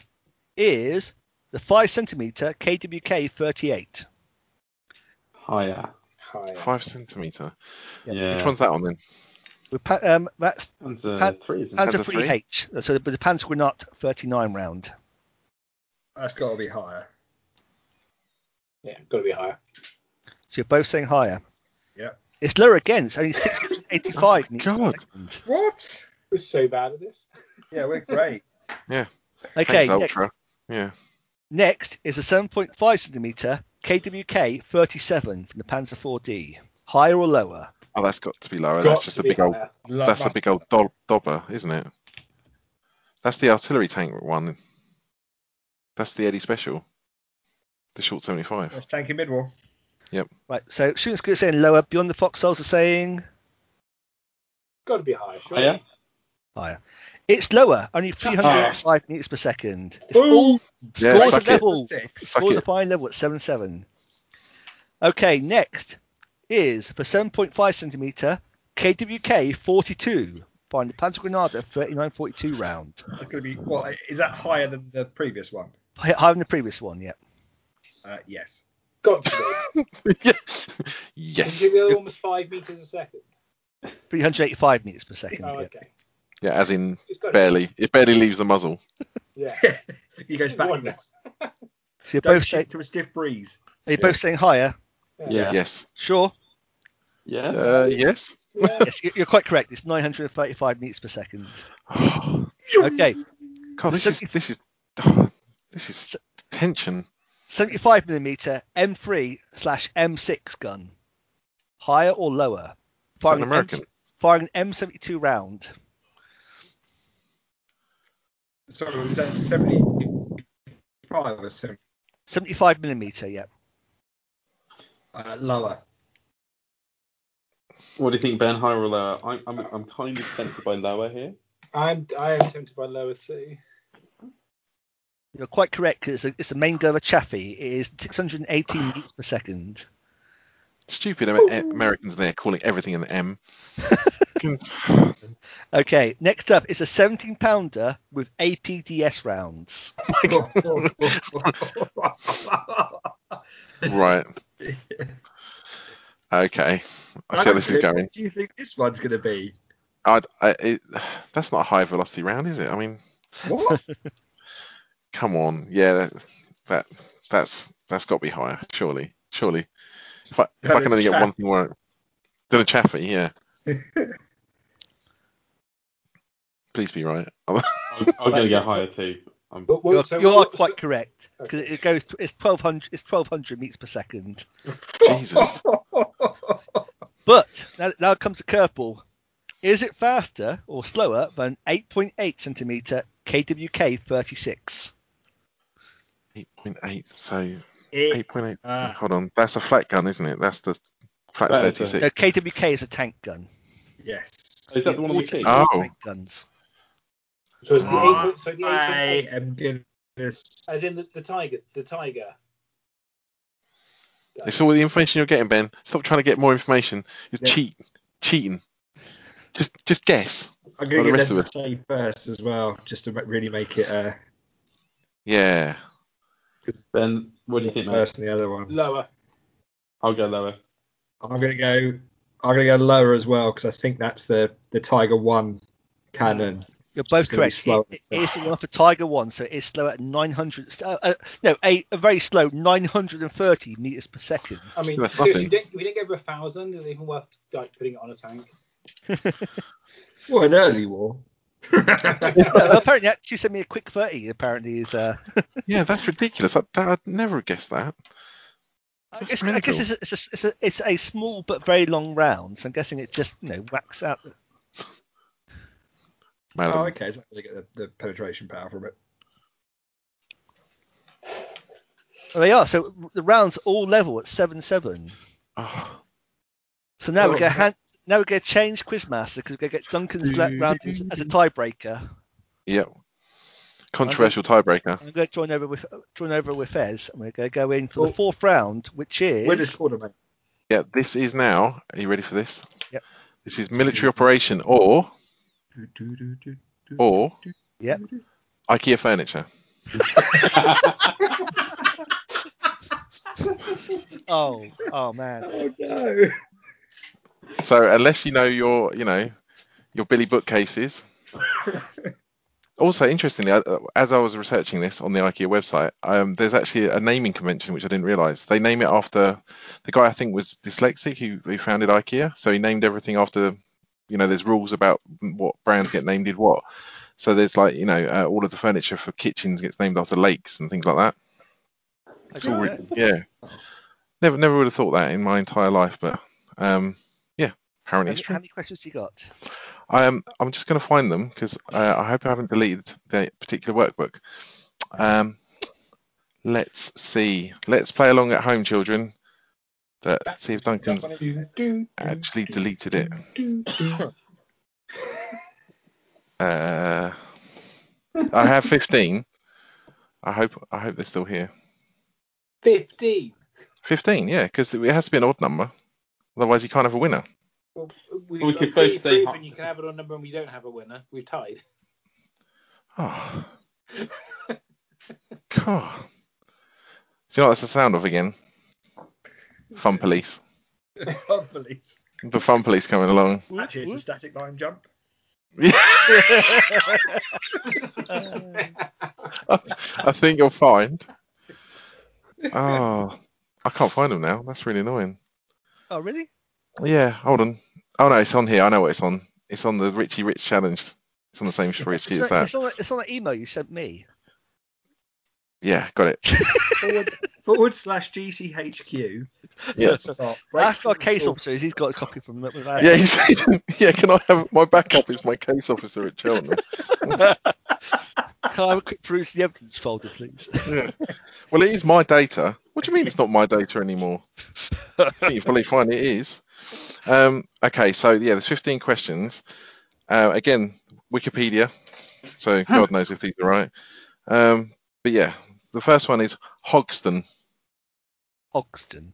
is the five centimeter KWK 38.
Higher.
higher.
Five centimeter.
Yeah.
Yeah.
Which one's that on then?
With pa- um, that's
That's uh,
Pan-
three, isn't it?
Panzer
Panzer
three H. So the, the Panzer Grenade 39 round.
That's got to be higher.
Yeah, got to be higher.
So you're both saying higher.
Yep.
It's lower again. It's only 685 meters. per
Oh God.
second.
What?
We're so bad at this.
Yeah, we're great.
Okay.
Thanks,
next,
Ultra. Yeah.
next is a 7.5 centimeter KWK 37 from the Panzer 4D. Higher or lower?
Oh, that's got to be lower.
Got
that's just
to
a
be
big old.
higher.
Love
That's a big old dob- dobber, isn't it? That's the artillery tank one. That's the Eddie Special. The short seventy-five.
That's tanky midwall.
Right. So shooting school is saying lower. Beyond the foxholes are saying
Got to be higher. Sure.
Higher?
It's lower, only 305 meters per second. It's
Boom.
all
Ah. Yeah,
scores
suck
of
it.
level.
Six.
Suck
Scores
it.
of high level at 7 7. Okay, next is for 7.5 centimeter KWK 42 by the Panzer Grenada 3942 round.
That's going to be. What is that higher than the previous one?
Hi- Higher than the previous one, yeah.
Uh, yes.
Got to be.
yes.
Is
Yes.
it really almost five meters a second?
385 meters per second.
Oh,
yeah.
okay.
Yeah, as in
It's got to
barely. It barely leaves the muzzle.
be. Yeah.
He goes back.
One less.
So you're
Don't
both, say,
shoot to a stiff breeze.
are you both saying higher?
Yeah.
Yes.
Sure.
Yeah.
Uh, yes.
Yeah.
Yes, you- you're quite correct. It's 935 meters per second.
God,
Okay,
this is this is this is tension.
75 millimeter M3 slash M6 gun. Higher or lower?
Is that an American?
M- firing an M72 round.
Sorry, was that seventy-five or something?
75 millimeter, yeah.
Uh, lower.
What do you think, Ben? Higher or lower? I'm, I'm, I'm kind of tempted by lower here.
I'm I am tempted by lower too.
You're quite correct 'cause it's, a, it's the main gun of a Chaffee. It is 618 meters per second.
Stupid Amer- Americans there calling everything an M.
Okay, next up is a 17 pounder with APDS rounds.
Right. Okay. I see how this is going.
What do you think this one's going to be?
I'd, I, it, that's not a high velocity round, is it? I mean,
What?
come on, yeah, that, that that's that's got to be higher, surely, surely. If I if
Than
I can
a
only get
chaff-
one thing right, than a chaffee, yeah. Please be right. Oh,
I'm, I'm going to go higher too. I'm,
But what,
You're,
so
you are
what-
quite correct because
Okay.
it goes. It's 1200. It's 1200 meters per second.
Jesus,
But now, now comes the curveball. Is it faster or slower than 8.8 centimeter KWK 36?
eight point eight. So
It-
eight point eight.
Ah.
Hold on, that's a flat gun, isn't it? That's the flat
That is a-
thirty
No,
six.
KWK is a tank gun.
yes.
is that the one we
All
keep?
Oh.
all tank guns.
So it's the
Ah,
eight, so the
I
eight,
am going to.
as in the, the tiger, the tiger.
It's all the information you're getting, Ben. Stop trying to get more information. You're
Yeah.
cheat, cheating. Just just guess.
I'm going
Well, the
to get
rest
them
of
to
us.
say first as well, just to ma- really make it uh,
Yeah.
Ben, what do you think, mate?
first than the other ones.
Lower.
I'll go lower.
I'm going to go. I'm going to go lower as well because I think that's the the Tiger One cannon.
You're both
It's gonna be
correct.
slow.
It- it is the one for Tiger One, so it is slow at 900. Uh, uh, no, a, a very slow 930 meters per second.
I mean,
That's
seriously,
nothing.
we don't, we don't get over a thousand. Is it even worth like putting it on a tank?
Well, an early war.
Well, apparently, you sent me a quick thirty. Apparently, is uh,
Yeah, that's ridiculous. I, that, I'd never have guessed that.
I
That's
guess, I guess it's, a, it's, a, it's, a, it's a small but very long round, so I'm guessing it just you know whacks out.
Madam.
Oh, okay. So they get the, the penetration power from it.
Well, oh, they are so the rounds all level at seven seven.
Oh,
So now we're
Oh,
going
okay.
to hand, now we're going to change Quizmaster because we're going to get Duncan's la- round as as a tiebreaker.
yeah. Controversial tiebreaker.
I'm going to join over with join over with Fez, and we're going to go in for
Oh.
the fourth round, which is
Winner's quarter, mate.
Yeah, this is now. Are you ready for this?
Yep.
This is military operation or or
Yep.
IKEA furniture.
oh oh man.
Oh no!
So unless you know your, you know, your Billy bookcases. also, interestingly, I- uh, as I was researching this on the IKEA website, um, there's actually a naming convention which I didn't realise. They name it after the guy I think was dyslexic who, who founded IKEA. So he named everything after, you know, there's rules about what brands get named in what. So there's like, you know, uh, all of the furniture for kitchens gets named after lakes and things like that. It's all re- yeah. Never, never would have thought that in my entire life, but um, yeah,
How
apparently
many,
it's true.
how many questions you got?
I am. I'm just going to find them because uh, I hope I haven't deleted the particular workbook. Um, let's see. Let's play along at home, children. That see if Duncan's actually deleted it. Uh, I have 15. I hope. I hope they're still here.
Fifteen.
15. Yeah, because it has to be an odd number. Otherwise, you can't have a winner.
Well,
Well, we could both say
proven
half.
you can have an odd number and we don't have a winner. We've tied.
Oh. God. See what that's the sound of again? Fun police.
Can't believe.
The fun police coming along.
Actually, it's a static line jump.
I think you'll find. Oh, I can't find them now. That's really annoying.
Oh really?
Yeah, hold on. Oh no, it's on here. I know what it's on. It's on the Richie Rich challenge. It's on the same Richie as
It's on,
that.
it's, on, it's on an email you sent me.
Yeah, got it.
Forward, forward slash GCHQ.
Yes.
Start.
That's our case officer. He's got a copy from that.
Yeah, he said, yeah. Can I have my backup? Is my case officer at Cheltenham?
Can I have a quick peruse the evidence folder, please?
Yeah. Well, it is my data. What do you mean it's not my data anymore? I think you probably find it is. Um, okay, so yeah, there's 15 questions. Uh, again, Wikipedia. So God knows if these are right. Um, but yeah, the first one is Hogston.
Hogston.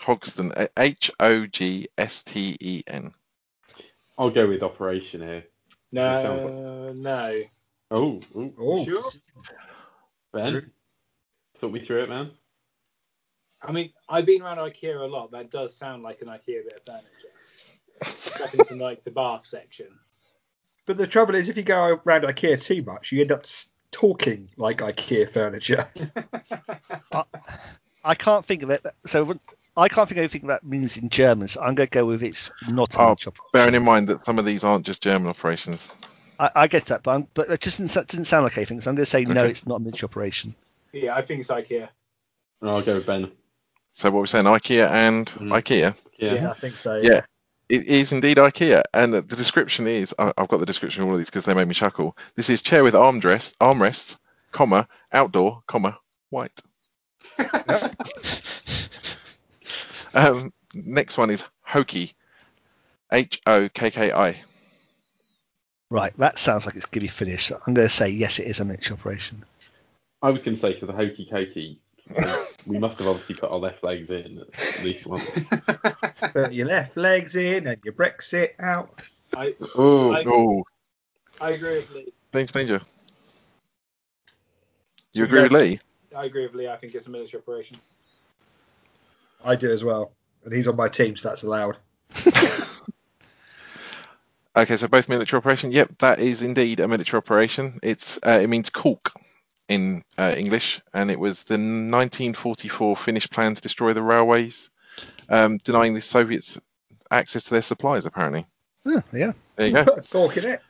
Hogston. uh, H O G S T E N.
I'll go with operation here.
No, no.
Oh, ooh,
Oh,
Sure.
Ben, talk me through it, man.
I mean, I've been around IKEA a lot. That does sound like an IKEA bit of furniture. Second to like the bath section.
But the trouble is, if you go around IKEA too much, you end up s- talking like IKEA furniture.
I can't think of it. So when- I can't think of anything that means in German. So I'm going to go with it's not a
Oh,
much operation.
Bearing in mind that some of these aren't just German operations.
I, I get that, but, I'm, but that just doesn't, that doesn't sound like anything. So I'm going to say no.
Okay.
It's not a miniature operation.
Yeah, I think it's IKEA.
No, I'll go with Ben.
So what we're saying, IKEA and
Mm.
IKEA.
Yeah.
I think so.
Yeah. It is indeed IKEA, and the description is I- I've got the description of all of these because they made me chuckle. This is chair with armrest, armrests, comma outdoor, comma white. um, next one is hokey, H O K K I.
Right. That sounds like it's going to be finished. I'm going to say yes. It is a miniature operation.
I was going to say to the hokey cokey, we must have obviously put our left legs in at least once.
Put your left legs in and your Brexit out.
I,
Oh,
I-
oh,
I agree with Lee.
danger, danger. You
So
agree
no-
with Lee?
I agree with Lee. I think it's a military operation.
I do as well. And he's on my team, so that's allowed.
Okay, so both military operation. Yep, that is indeed a military operation. It's uh, it means cork in uh, English, and it was the 1944 Finnish plan to destroy the railways, um, denying the Soviets access to their supplies. Apparently,
Yeah, yeah.
There you go.
Talking it.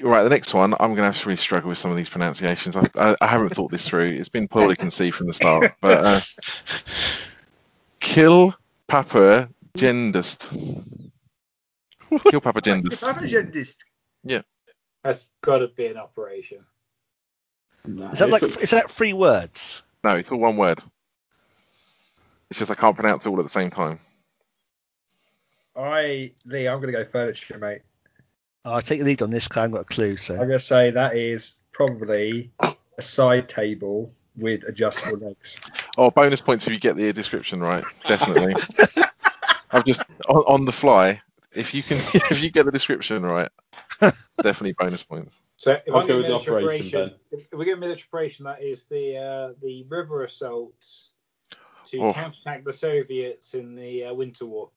Right, the next one, I'm going to have to really struggle with some of these pronunciations. I, I, I haven't thought this through. It's been poorly conceived from the start. But uh, kill Papa Gendest. Kill Papa Gendest.
Propagandist.
That's got to be an operation.
No,
Is that like
it's-
is that three words?
No, it's all one word. It's just I can't pronounce it all at the same time.
I Lee, I'm going to go furniture, mate.
I'll take the lead on this because Oh, I haven't got a clue.
I'm
So
going to say that is probably a side table with adjustable legs.
Oh, bonus points if you get the description right. Definitely. I've just on, on the fly. If you can, if you get the description right, definitely bonus points.
So if
I'll
I'm
go
going
with the
military
operation,
operation, if if we're going military operation, that is the uh, the river assaults to
Oh.
counterattack the Soviets in the uh, Winter War.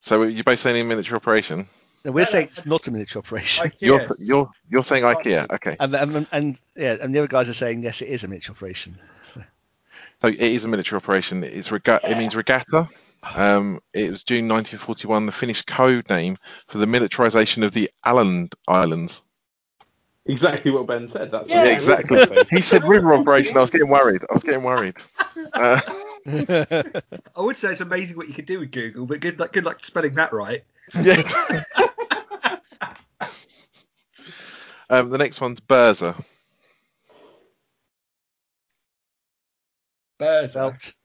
So you're both saying in military operation.
No, we're
No, no,
saying
I-
it's not a military operation,
You're
Yes.
you're you're saying
Slightly.
IKEA. Okay,
and, and and yeah, and the other guys are saying yes, it is a military operation.
so it is a military operation. It's rega- It means regatta. Um, it was June 1941. The Finnish code name for the militarization of the Åland Islands.
exactly what Ben said. That's
Yeah,
Yeah, exactly. He said river operation. I was getting worried. I was getting worried. Uh,
I would say it's amazing what you can do with Google, but good luck, good luck spelling that right.
yeah. um, the next one's Berza.
Birds.
Belt.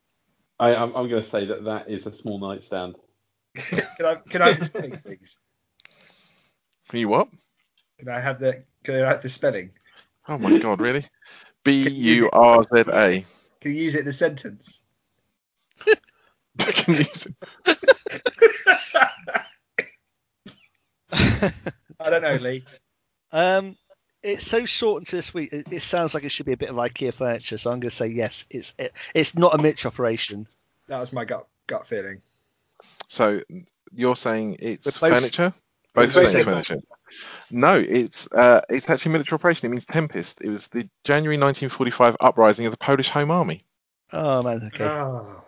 I, I'm, I'm going to say that that is a small nightstand.
Can I can I have the spelling, please?
You what?
Can I have the can I have the spelling?
Oh my god, really? B U R Z A.
Can you use it in a sentence?
Can you use it?
I don't know, Lee.
Um, it's so short and to the sweet. It, it sounds like it should be a bit of IKEA furniture, so I'm going to say yes. It's it, it's not a military operation.
That was my gut gut feeling.
So you're saying it's
We're both-
furniture? Both saying
both saying-
furniture. No, it's uh, it's actually military operation. It means tempest. It was the January 1945 uprising of the Polish Home Army.
Oh man, okay.
Oh.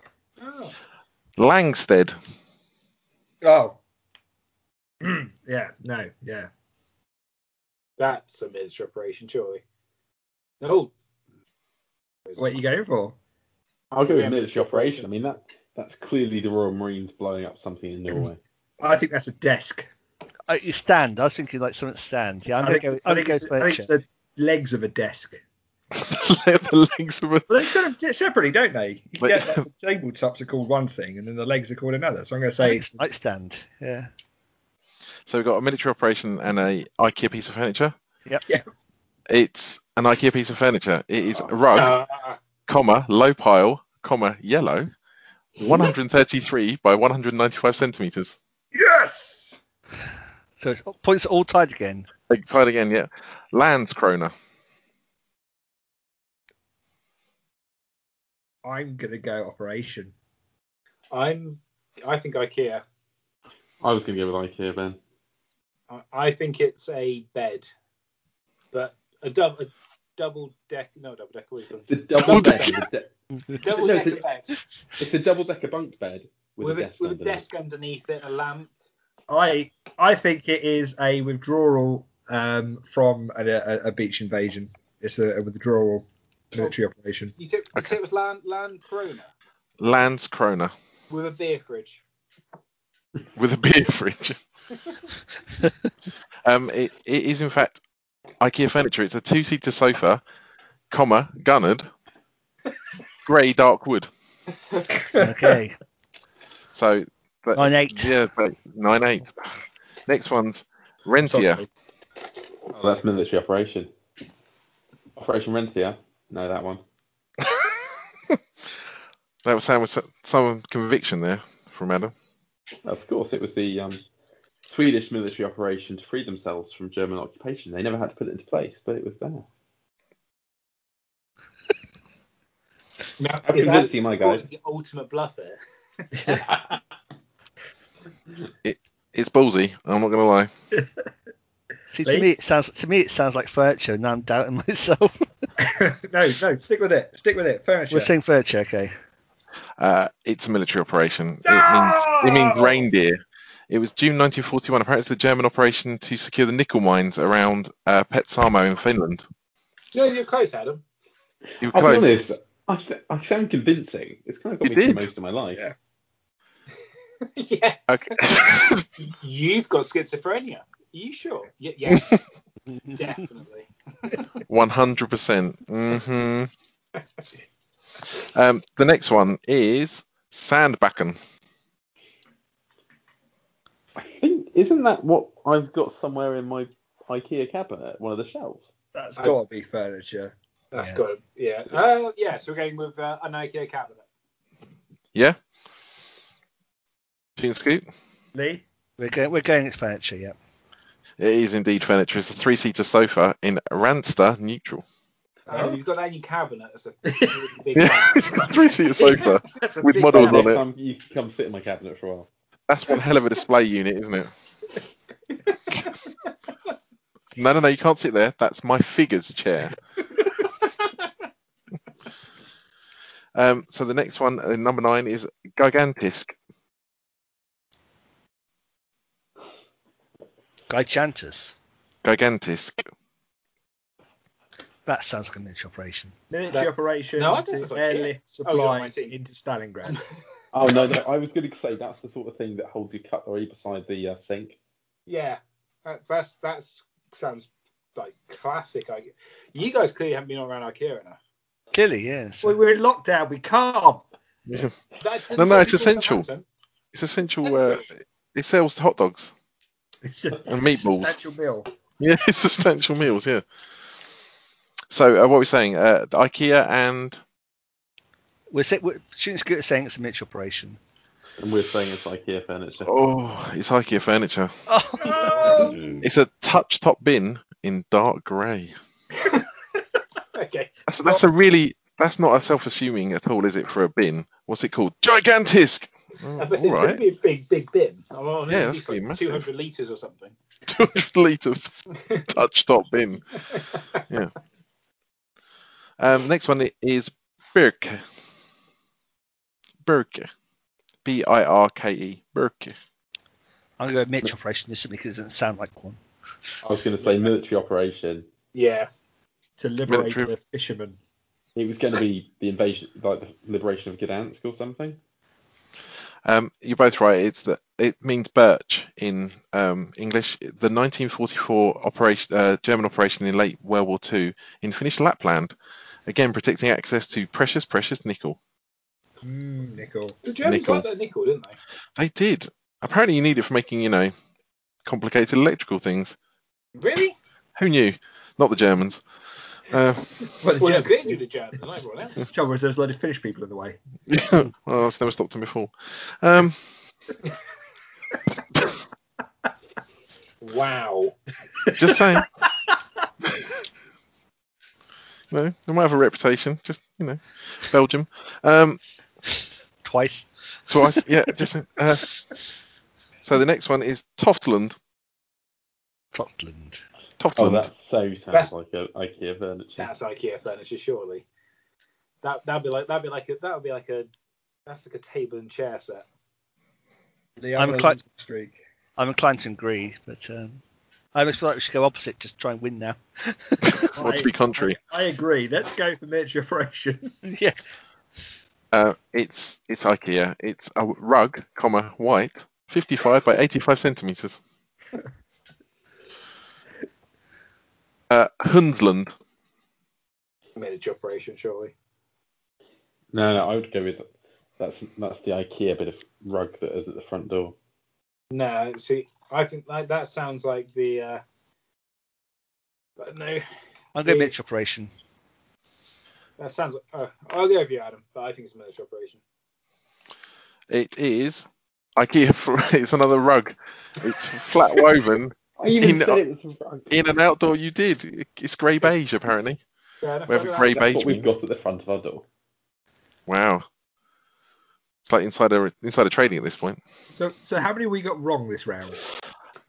Oh.
Langstead.
Oh. Mm, yeah, no, yeah.
That's a military operation, surely. No.
What are you going for?
I'll go with
Yeah,
military operation. I mean, that that's clearly the Royal Marines blowing up something in Norway.
I think that's a desk.
Uh, you stand. I was thinking like something stand. Yeah, I'm
I
going
think,
to go.
I
I'm
think
going to
it's,
go
I think it's
furniture.
the legs of a desk.
the legs of a
Well, they sell them se- separately, don't they? You
But-
get like, the tabletops are called one thing, and then the legs are called another. So I'm going to
I
say
think it's nightstand. Yeah.
So we've got a military operation and a IKEA piece of furniture.
Yep.
Yeah.
It's an IKEA piece of furniture. It is a rug,
Ah,
comma, low pile, comma, yellow, 133 by 195 centimeters.
yes.
So it's, oh, points are all tied again.
Like, Try it again, yeah. Landskroner.
I'm going to go operation.
I'm. I think IKEA.
I was going to go with IKEA, Ben.
I- I think it's a bed, but a double, a double deck. No, double deck. what do you call
It's a
Double
double decker.
it? Double
No,
decker
it's-
bed
It's a double decker bunk bed with,
with,
a
a,
desk
with a
underneath.
desk underneath it, a lamp.
I I think it is a withdrawal um, from a, a, a beach invasion. It's a, a withdrawal military operation.
You took. You
Okay.
said it was land land Corona
Landskroner
with a beer fridge.
with a beer fridge. um, it, it is, in fact, IKEA furniture. It's a two seater sofa, comma, gunnered, grey dark wood.
Okay.
So, but,
Nine eight.
yeah, but 9 8. Next one's Rentia.
Oh, that's military operation. Operation Renthia. No, that one.
That was sound with some- some conviction there from Adam.
Of course, it was the um, Swedish military operation to free themselves from German occupation. They never had to put it into place, but it was there.
Now,
I'm convincing my guys.
The ultimate bluffer.
It's ballsy. I'm not going to lie.
See,
Lee?
to me it sounds to me it sounds like furniture, and I'm doubting myself.
no, no, stick with it. Stick with it. Furniture.
We're saying furniture. Okay.
Uh, it's a military operation.
No!
It means it means reindeer. It was June 1941. Apparently, it's the German operation to secure the nickel mines around uh, Petsamo in Finland.
No, you're close, Adam.
You were
I'll
close.
be honest. I, th- I sound convincing. It's kind of got
You
me through
did.
most of my life.
Yeah.
yeah,
Okay.
you've got schizophrenia. Are you sure? Yeah, yeah, Mm-hmm. definitely.
100%. Mm-hmm. Um, the next one is Sandbacken.
I think isn't that what I've got somewhere in my IKEA cabinet, one of the shelves?
That's
I-
got to be furniture.
That's
Yeah.
good. Yeah. Uh, yeah. So we're going with uh, an IKEA cabinet.
Yeah? Team Scoop?
Lee?
We're going. We're going. It's furniture. Yeah.
It is indeed furniture. It's a three seater sofa in Ranster Neutral.
Uh,
Oh.
You've got that in your cabinet. That's a, that's a big
Yeah,
one.
three seater sofa
That's a
with
big
models on
Next
it.
time you can come sit in my cabinet for a while.
That's one hell of a display unit, isn't it? No, no, no, you can't sit there. That's my figures chair. um, so the next one, uh, number nine, is Gigantisk.
Gigantus.
Gigantisk.
That sounds like a miniature operation.
military
That-
operation
No, I think that's
to
like
airlift
Oh, you're on my
supplies
team.
into Stalingrad.
Oh no, no, I was going to say that's the sort of thing that holds your cutlery beside the uh, sink.
Yeah, that's that's, that's sounds like classic. IKEA. You guys clearly haven't been around IKEA enough.
Clearly, yes.
Well, we're in lockdown. We can't.
That
No, no, it's
doesn't sound
essential.
Southampton.
It's essential. Uh, it sells hot dogs
It's a
and meatballs.
substantial meal.
Yeah, substantial meals. Yeah. So uh, what we're saying, uh, the IKEA and
We're, say, we're shooting scooter saying it's a miniature operation.
And we're saying it's IKEA furniture.
oh, it's IKEA furniture.
Oh,
It's a touch top bin in dark grey.
Okay.
That's, that's a really. That's not a self-assuming at all, is it? For a bin, what's it called? Gigantisk. Oh,
I
all
it could
right,
be a big, big bin. I don't know,
Yeah,
it's
that's gonna be
like
massive.
200 litres or something.
two hundred litres touch top bin. Yeah. Um, next one is Birke. Birke. B I R K E. Birke.
I'm going to go miniature operation just simply because it doesn't sound like one.
I was going to say military operation.
Yeah.
to liberate
Military-
the fishermen.
It was going to be the invasion, like the liberation of Gdansk or something.
Um, you're both right. It's the it means birch in um, English. The 1944 operation, uh, German operation in late World War II in Finnish Lapland, again protecting access to precious, precious nickel.
Mm, nickel.
The Germans
Nickel.
liked that nickel, didn't they?
They did. Apparently, you need it for making you know complicated electrical things.
Really?
Who knew? Not the Germans. Uh,
Well, the
Well, no,
German-
they knew the Germans, not everyone else.
trouble is there's a lot of Finnish people in the way.
well, that's never stopped him before. Um,
Wow.
just saying. no, they might have a reputation. Just you know, Belgium. Um,
Twice.
twice. Yeah, just. Uh, so the next one is Toftland.
Scotland.
Oh,
Toftland.
that so sounds
That's-
like a IKEA furniture.
That's IKEA furniture, surely. That that'd be like that'd be like a that would be like a that's like a table and chair set.
The
I'm
other
quite-
losing streak.
I'm inclined to agree, but um, I almost feel like we should go opposite, just try and win now.
Well, to be contrary,
I agree. Let's go for miniature operation.
yeah.
uh, it's it's IKEA. It's a rug, comma white, fifty-five by eighty-five centimeters. Uh, Hunsland.
Miniature operation, surely.
No, no, I would go with that's that's the IKEA bit of rug that is at the front door.
No, see, I think like that sounds like the. uh But no,
I'm going
Yeah.
miniature operation.
that sounds. Like, oh, I'll go with you, Adam. But I think it's a miniature operation.
It is IKEA. For, it's another rug. It's flat woven
I even
In-
said it was rug.
in an outdoor. You did. It's grey beige apparently.
Fair enough,
We have a
I'll go
grey
with
That's
beige
what
means.
we've got at the front of our door.
Wow. It's like inside a inside a trading at this point.
So, so how many we got wrong this round?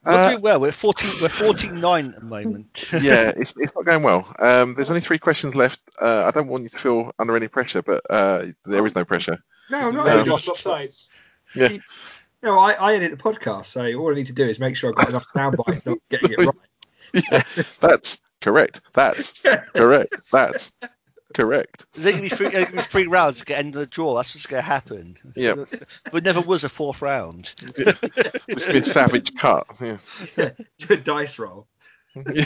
We're
Uh,
doing well. We're 14. We're 49 at the moment.
yeah, it's, it's not going well. Um, there's only three questions left. Uh, I don't want you to feel under any pressure, but uh, there is no pressure.
No, I'm not.
No.
editing.
Lost sides.
No, I, I edit the podcast, so all I need to do is make sure I've got enough sound bites not getting it right.
Yeah, that's correct. That's correct. That's correct.
There's going to be three, there's gonna be three rounds to get end of the draw. That's what's going to happen.
Yeah,
There never was a fourth round.
it's been savage cut. Yeah.
Do a dice roll.
Yeah.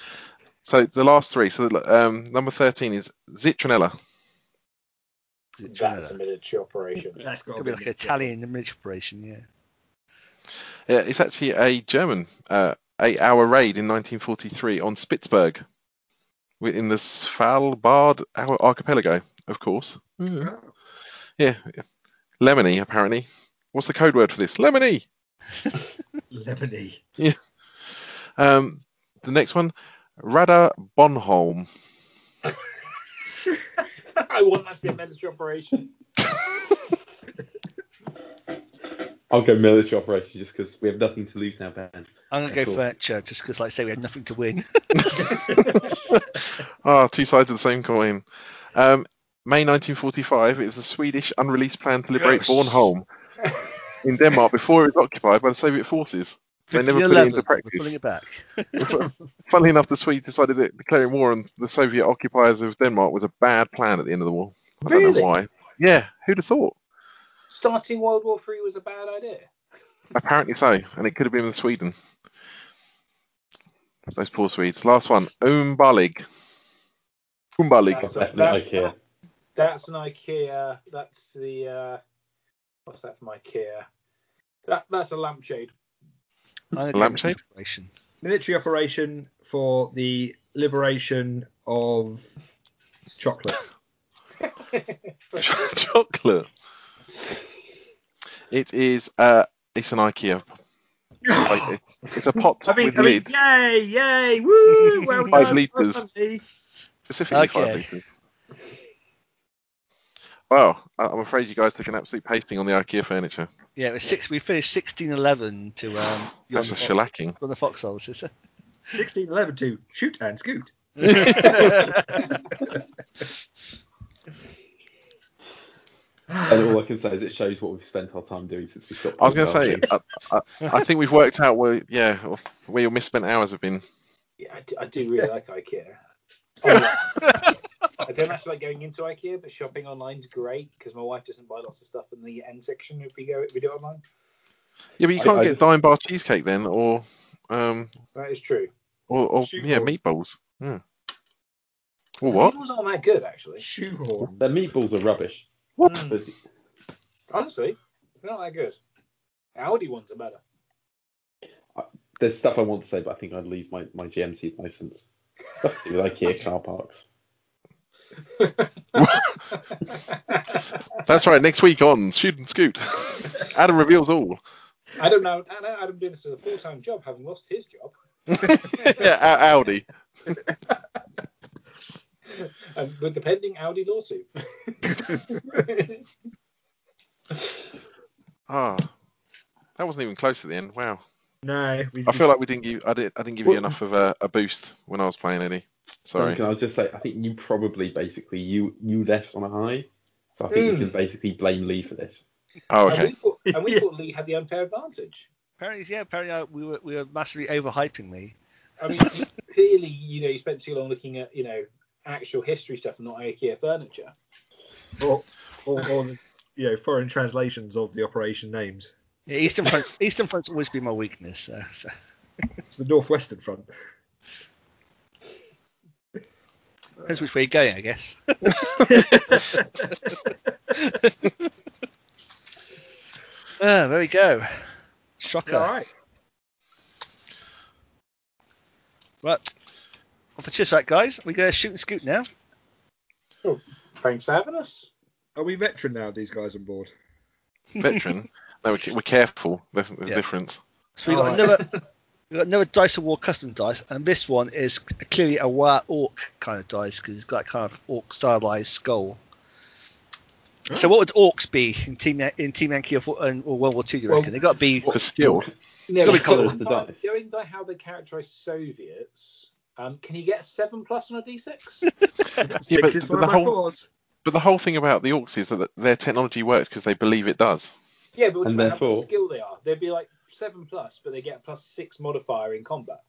so the last three. So um, number thirteen is Zitronella.
That's a military operation.
That's got
It's
to
going to be like an Italian military operation, yeah.
Yeah, it's actually a German uh, eight-hour raid in 1943 on Spitzberg, in the Svalbard ar- archipelago, of course. Yeah, lemony apparently. What's the code word for this? Lemony.
Lemony.
Um, the next one, Radar Bonholm.
I want that to be a military operation.
I'll go military operation just because we have nothing to lose now, Ben.
I'm going to go
Cool.
furniture just because, like I say, we had nothing to win.
Ah, two sides of the same coin. Um, May 1945, it was a Swedish unreleased plan to liberate
Yes.
Bornholm in Denmark before it was occupied by the Soviet forces. They never put it
11,
into
We're pulling
practice.
it back.
Funnily enough, the Swedes decided that declaring war on the Soviet occupiers of Denmark was a bad plan at the end of the war. I don't know
Really?
why. Yeah, who'd have thought?
Starting World War Three was a bad idea.
Apparently so, and it could have been in Sweden. Those poor Swedes. Last one, Umbalig. Umbalig.
That's,
Definitely
that-
IKEA.
that's an IKEA. That's the uh, what's that from IKEA? That that's a lampshade.
I'm gonna go
Lampshade?
military operation.
Military operation for the liberation of chocolate.
chocolate. It is. Uh, it's an IKEA. like, it's a pot
I mean,
with
I mean,
lid,
yay, yay, woo! Well done,
Five
well
litres.
done, me.
specifically five
Okay.
liters. Well, I- I'm afraid you guys took an absolute pasting on the IKEA furniture.
Yeah, it was six, we finished 16-11 to um, Yon
That's a
Fox-
shellacking.
Yon the Foxholes. is it?
16 11 to shoot and scoot.
And all I can say is it shows what we've spent our time doing since we stopped.
I was going to say,
doing Belgium.
I, I, I think we've worked out where, yeah, where your misspent hours have been.
Yeah, I do, I do really like IKEA. Online. I don't actually like going into IKEA, but shopping online's great because my wife doesn't buy lots of stuff in the end section if we go if we do it online.
Yeah, but you
I-
can't
I-
get dime bar cheesecake then, or um,
That is true.
or, or
Shoe
yeah,
balls.
meatballs. Yeah. Or what?
Hmm.
Meatballs aren't that good actually. Hmm.
Shoehorn.
their meatballs are rubbish.
What?
But
Honestly, they're not that good. Audi ones are better.
there's stuff I want to say, but I think I'd lose my, my GMC license. Stuff to do with IKEA car parks.
That's right. Next week on Shoot and Scoot, Adam reveals all.
I don't know. I know Adam did this as a full time job, having lost his job,
yeah, Au- Audi.
and um, with the pending Audi lawsuit.
Ah, that wasn't even close at the end. Wow.
No, we
I feel like we didn't give. I did. I didn't give you
Well-
enough of a, a boost when I was playing Eddie. Sorry.
Duncan, I'll just say, I think you probably basically you you left on a high, so I think
Mm.
you can basically blame Lee for this.
Oh,
And we
okay.
thought, and we thought Lee had the unfair advantage.
Apparently, yeah, apparently uh, we, were, we were massively overhyping me.
I mean, clearly, you know, you spent too long looking at, you know, actual history stuff and not IKEA furniture.
or, or, or the, you know, foreign translations of the operation names.
Yeah, Eastern Front's, Eastern Front's always been my weakness. So, so.
It's the Northwestern Front.
Depends which way you're going, I guess. Ah, there we go. Shocker.
All right.
Right. Well, for cheers for that, guys. We go shoot and scoot now.
Thanks for having us.
Are we veteran now, these guys on board?
Veteran. No, we're, we're careful. There's, there's
Yeah.
a difference.
So we got
Alright.
another we got another dice of war custom dice, and this one is clearly a war orc kind of dice because it's got a kind of orc stylized skull. So what would orcs be in Team in Team Yankee or, and- or World War Two? You
Well-
reckon they got to be
For skill,
No,
Gotta be
but
colour
going
of the
by-
dice.
Going by how they characterise Soviets, um, can you get a seven plus on a d6?
Yeah, but-
Six is
but
one
the
of my
whole-
fours.
But the whole thing about the orcs is that their technology works because they believe it does.
Yeah, but
And
depending on how much
therefore-
skill they are, they'd be like seven plus, but they get a plus six modifier in combat.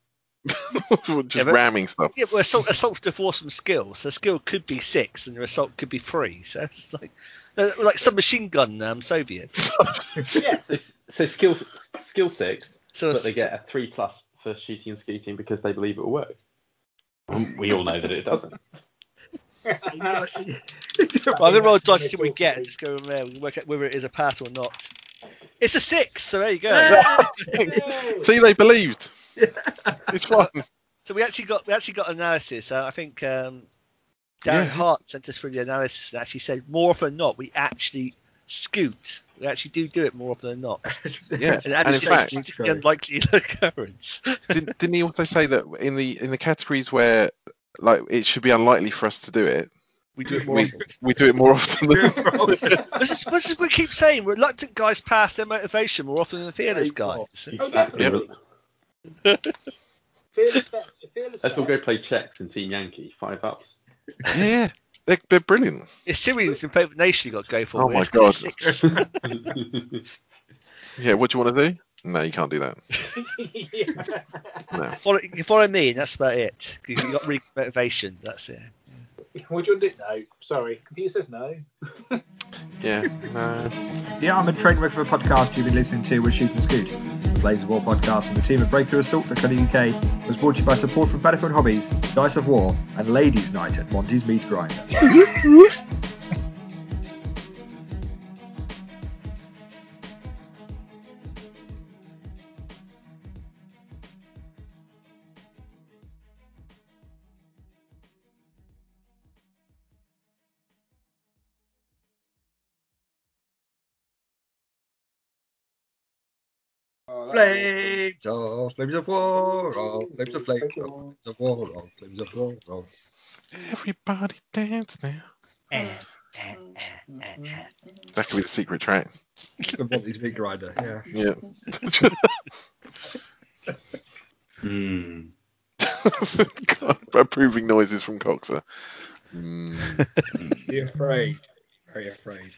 Just
Yeah, but-
ramming stuff.
Yeah, well, assault, assault's divorced from skill, so skill could be six and your assault could be three. So it's like, uh, like some machine gun um, Soviets.
yes,
So, so skill skill six,
So
but they get a three plus for shooting and skeeting because they believe it will work. Um, We all know that it doesn't.
Well, I'm gonna roll a
That's
dice
when
see what we
it's
get.
awful.
and Just go from there. We can work out whether it is a pass or not. It's a six, so there you go.
Yay!
See, they believed. It's fine.
So we actually got we actually got analysis. Uh, I think um, Darren
Yeah.
Hart sent us through the analysis and actually said more often than not we actually scoot. We actually do do it more often than not.
Yeah.
And
And
that
in
is
fact,
just
fact-
an unlikely occurrence.
didn't, didn't he also say that in the in the categories where like it should be unlikely for us to do it,
We do it more.
we,
often.
we do it more often than
This is, this is what we keep saying. Reluctant guys pass their motivation more often than fearless
Very well.
guys.
Oh,
Exactly.
yeah.
Fearless bet. Fearless
Let's all
bet.
go play checks in Team Yankee, five ups.
yeah. They're, they're brilliant.
It's Syrians in favourite nation you got to go for.
Oh
with.
my God.
Six.
Yeah, what do you want to do? No, you can't do that.
Yeah.
No.
Follow, you follow me, and that's about it. You got really good motivation. That's it.
What do you want to do? No, sorry. Computer says no.
Yeah, no.
The Armoured Train Wreck of a podcast you've been listening to was Shoot and Scoot. The Blades of War podcast and the team at Breakthrough Assault UK was brought to you by support from Battlefield Hobbies, Dice of War, and Ladies' Night at Monty's Meat Grinder.
Oh, that
Flames of flames of war, oh,
was
flames of
awful.
flame, oh, flames of war, oh, flames of war, oh.
Everybody dance now.
Eh, eh, eh, eh, eh.
That could be the secret track.
The Monty's Meat Grinder. Yeah.
Yeah.
Hmm.
God, approving noises from Coxer. Mm.
Be afraid. Very afraid.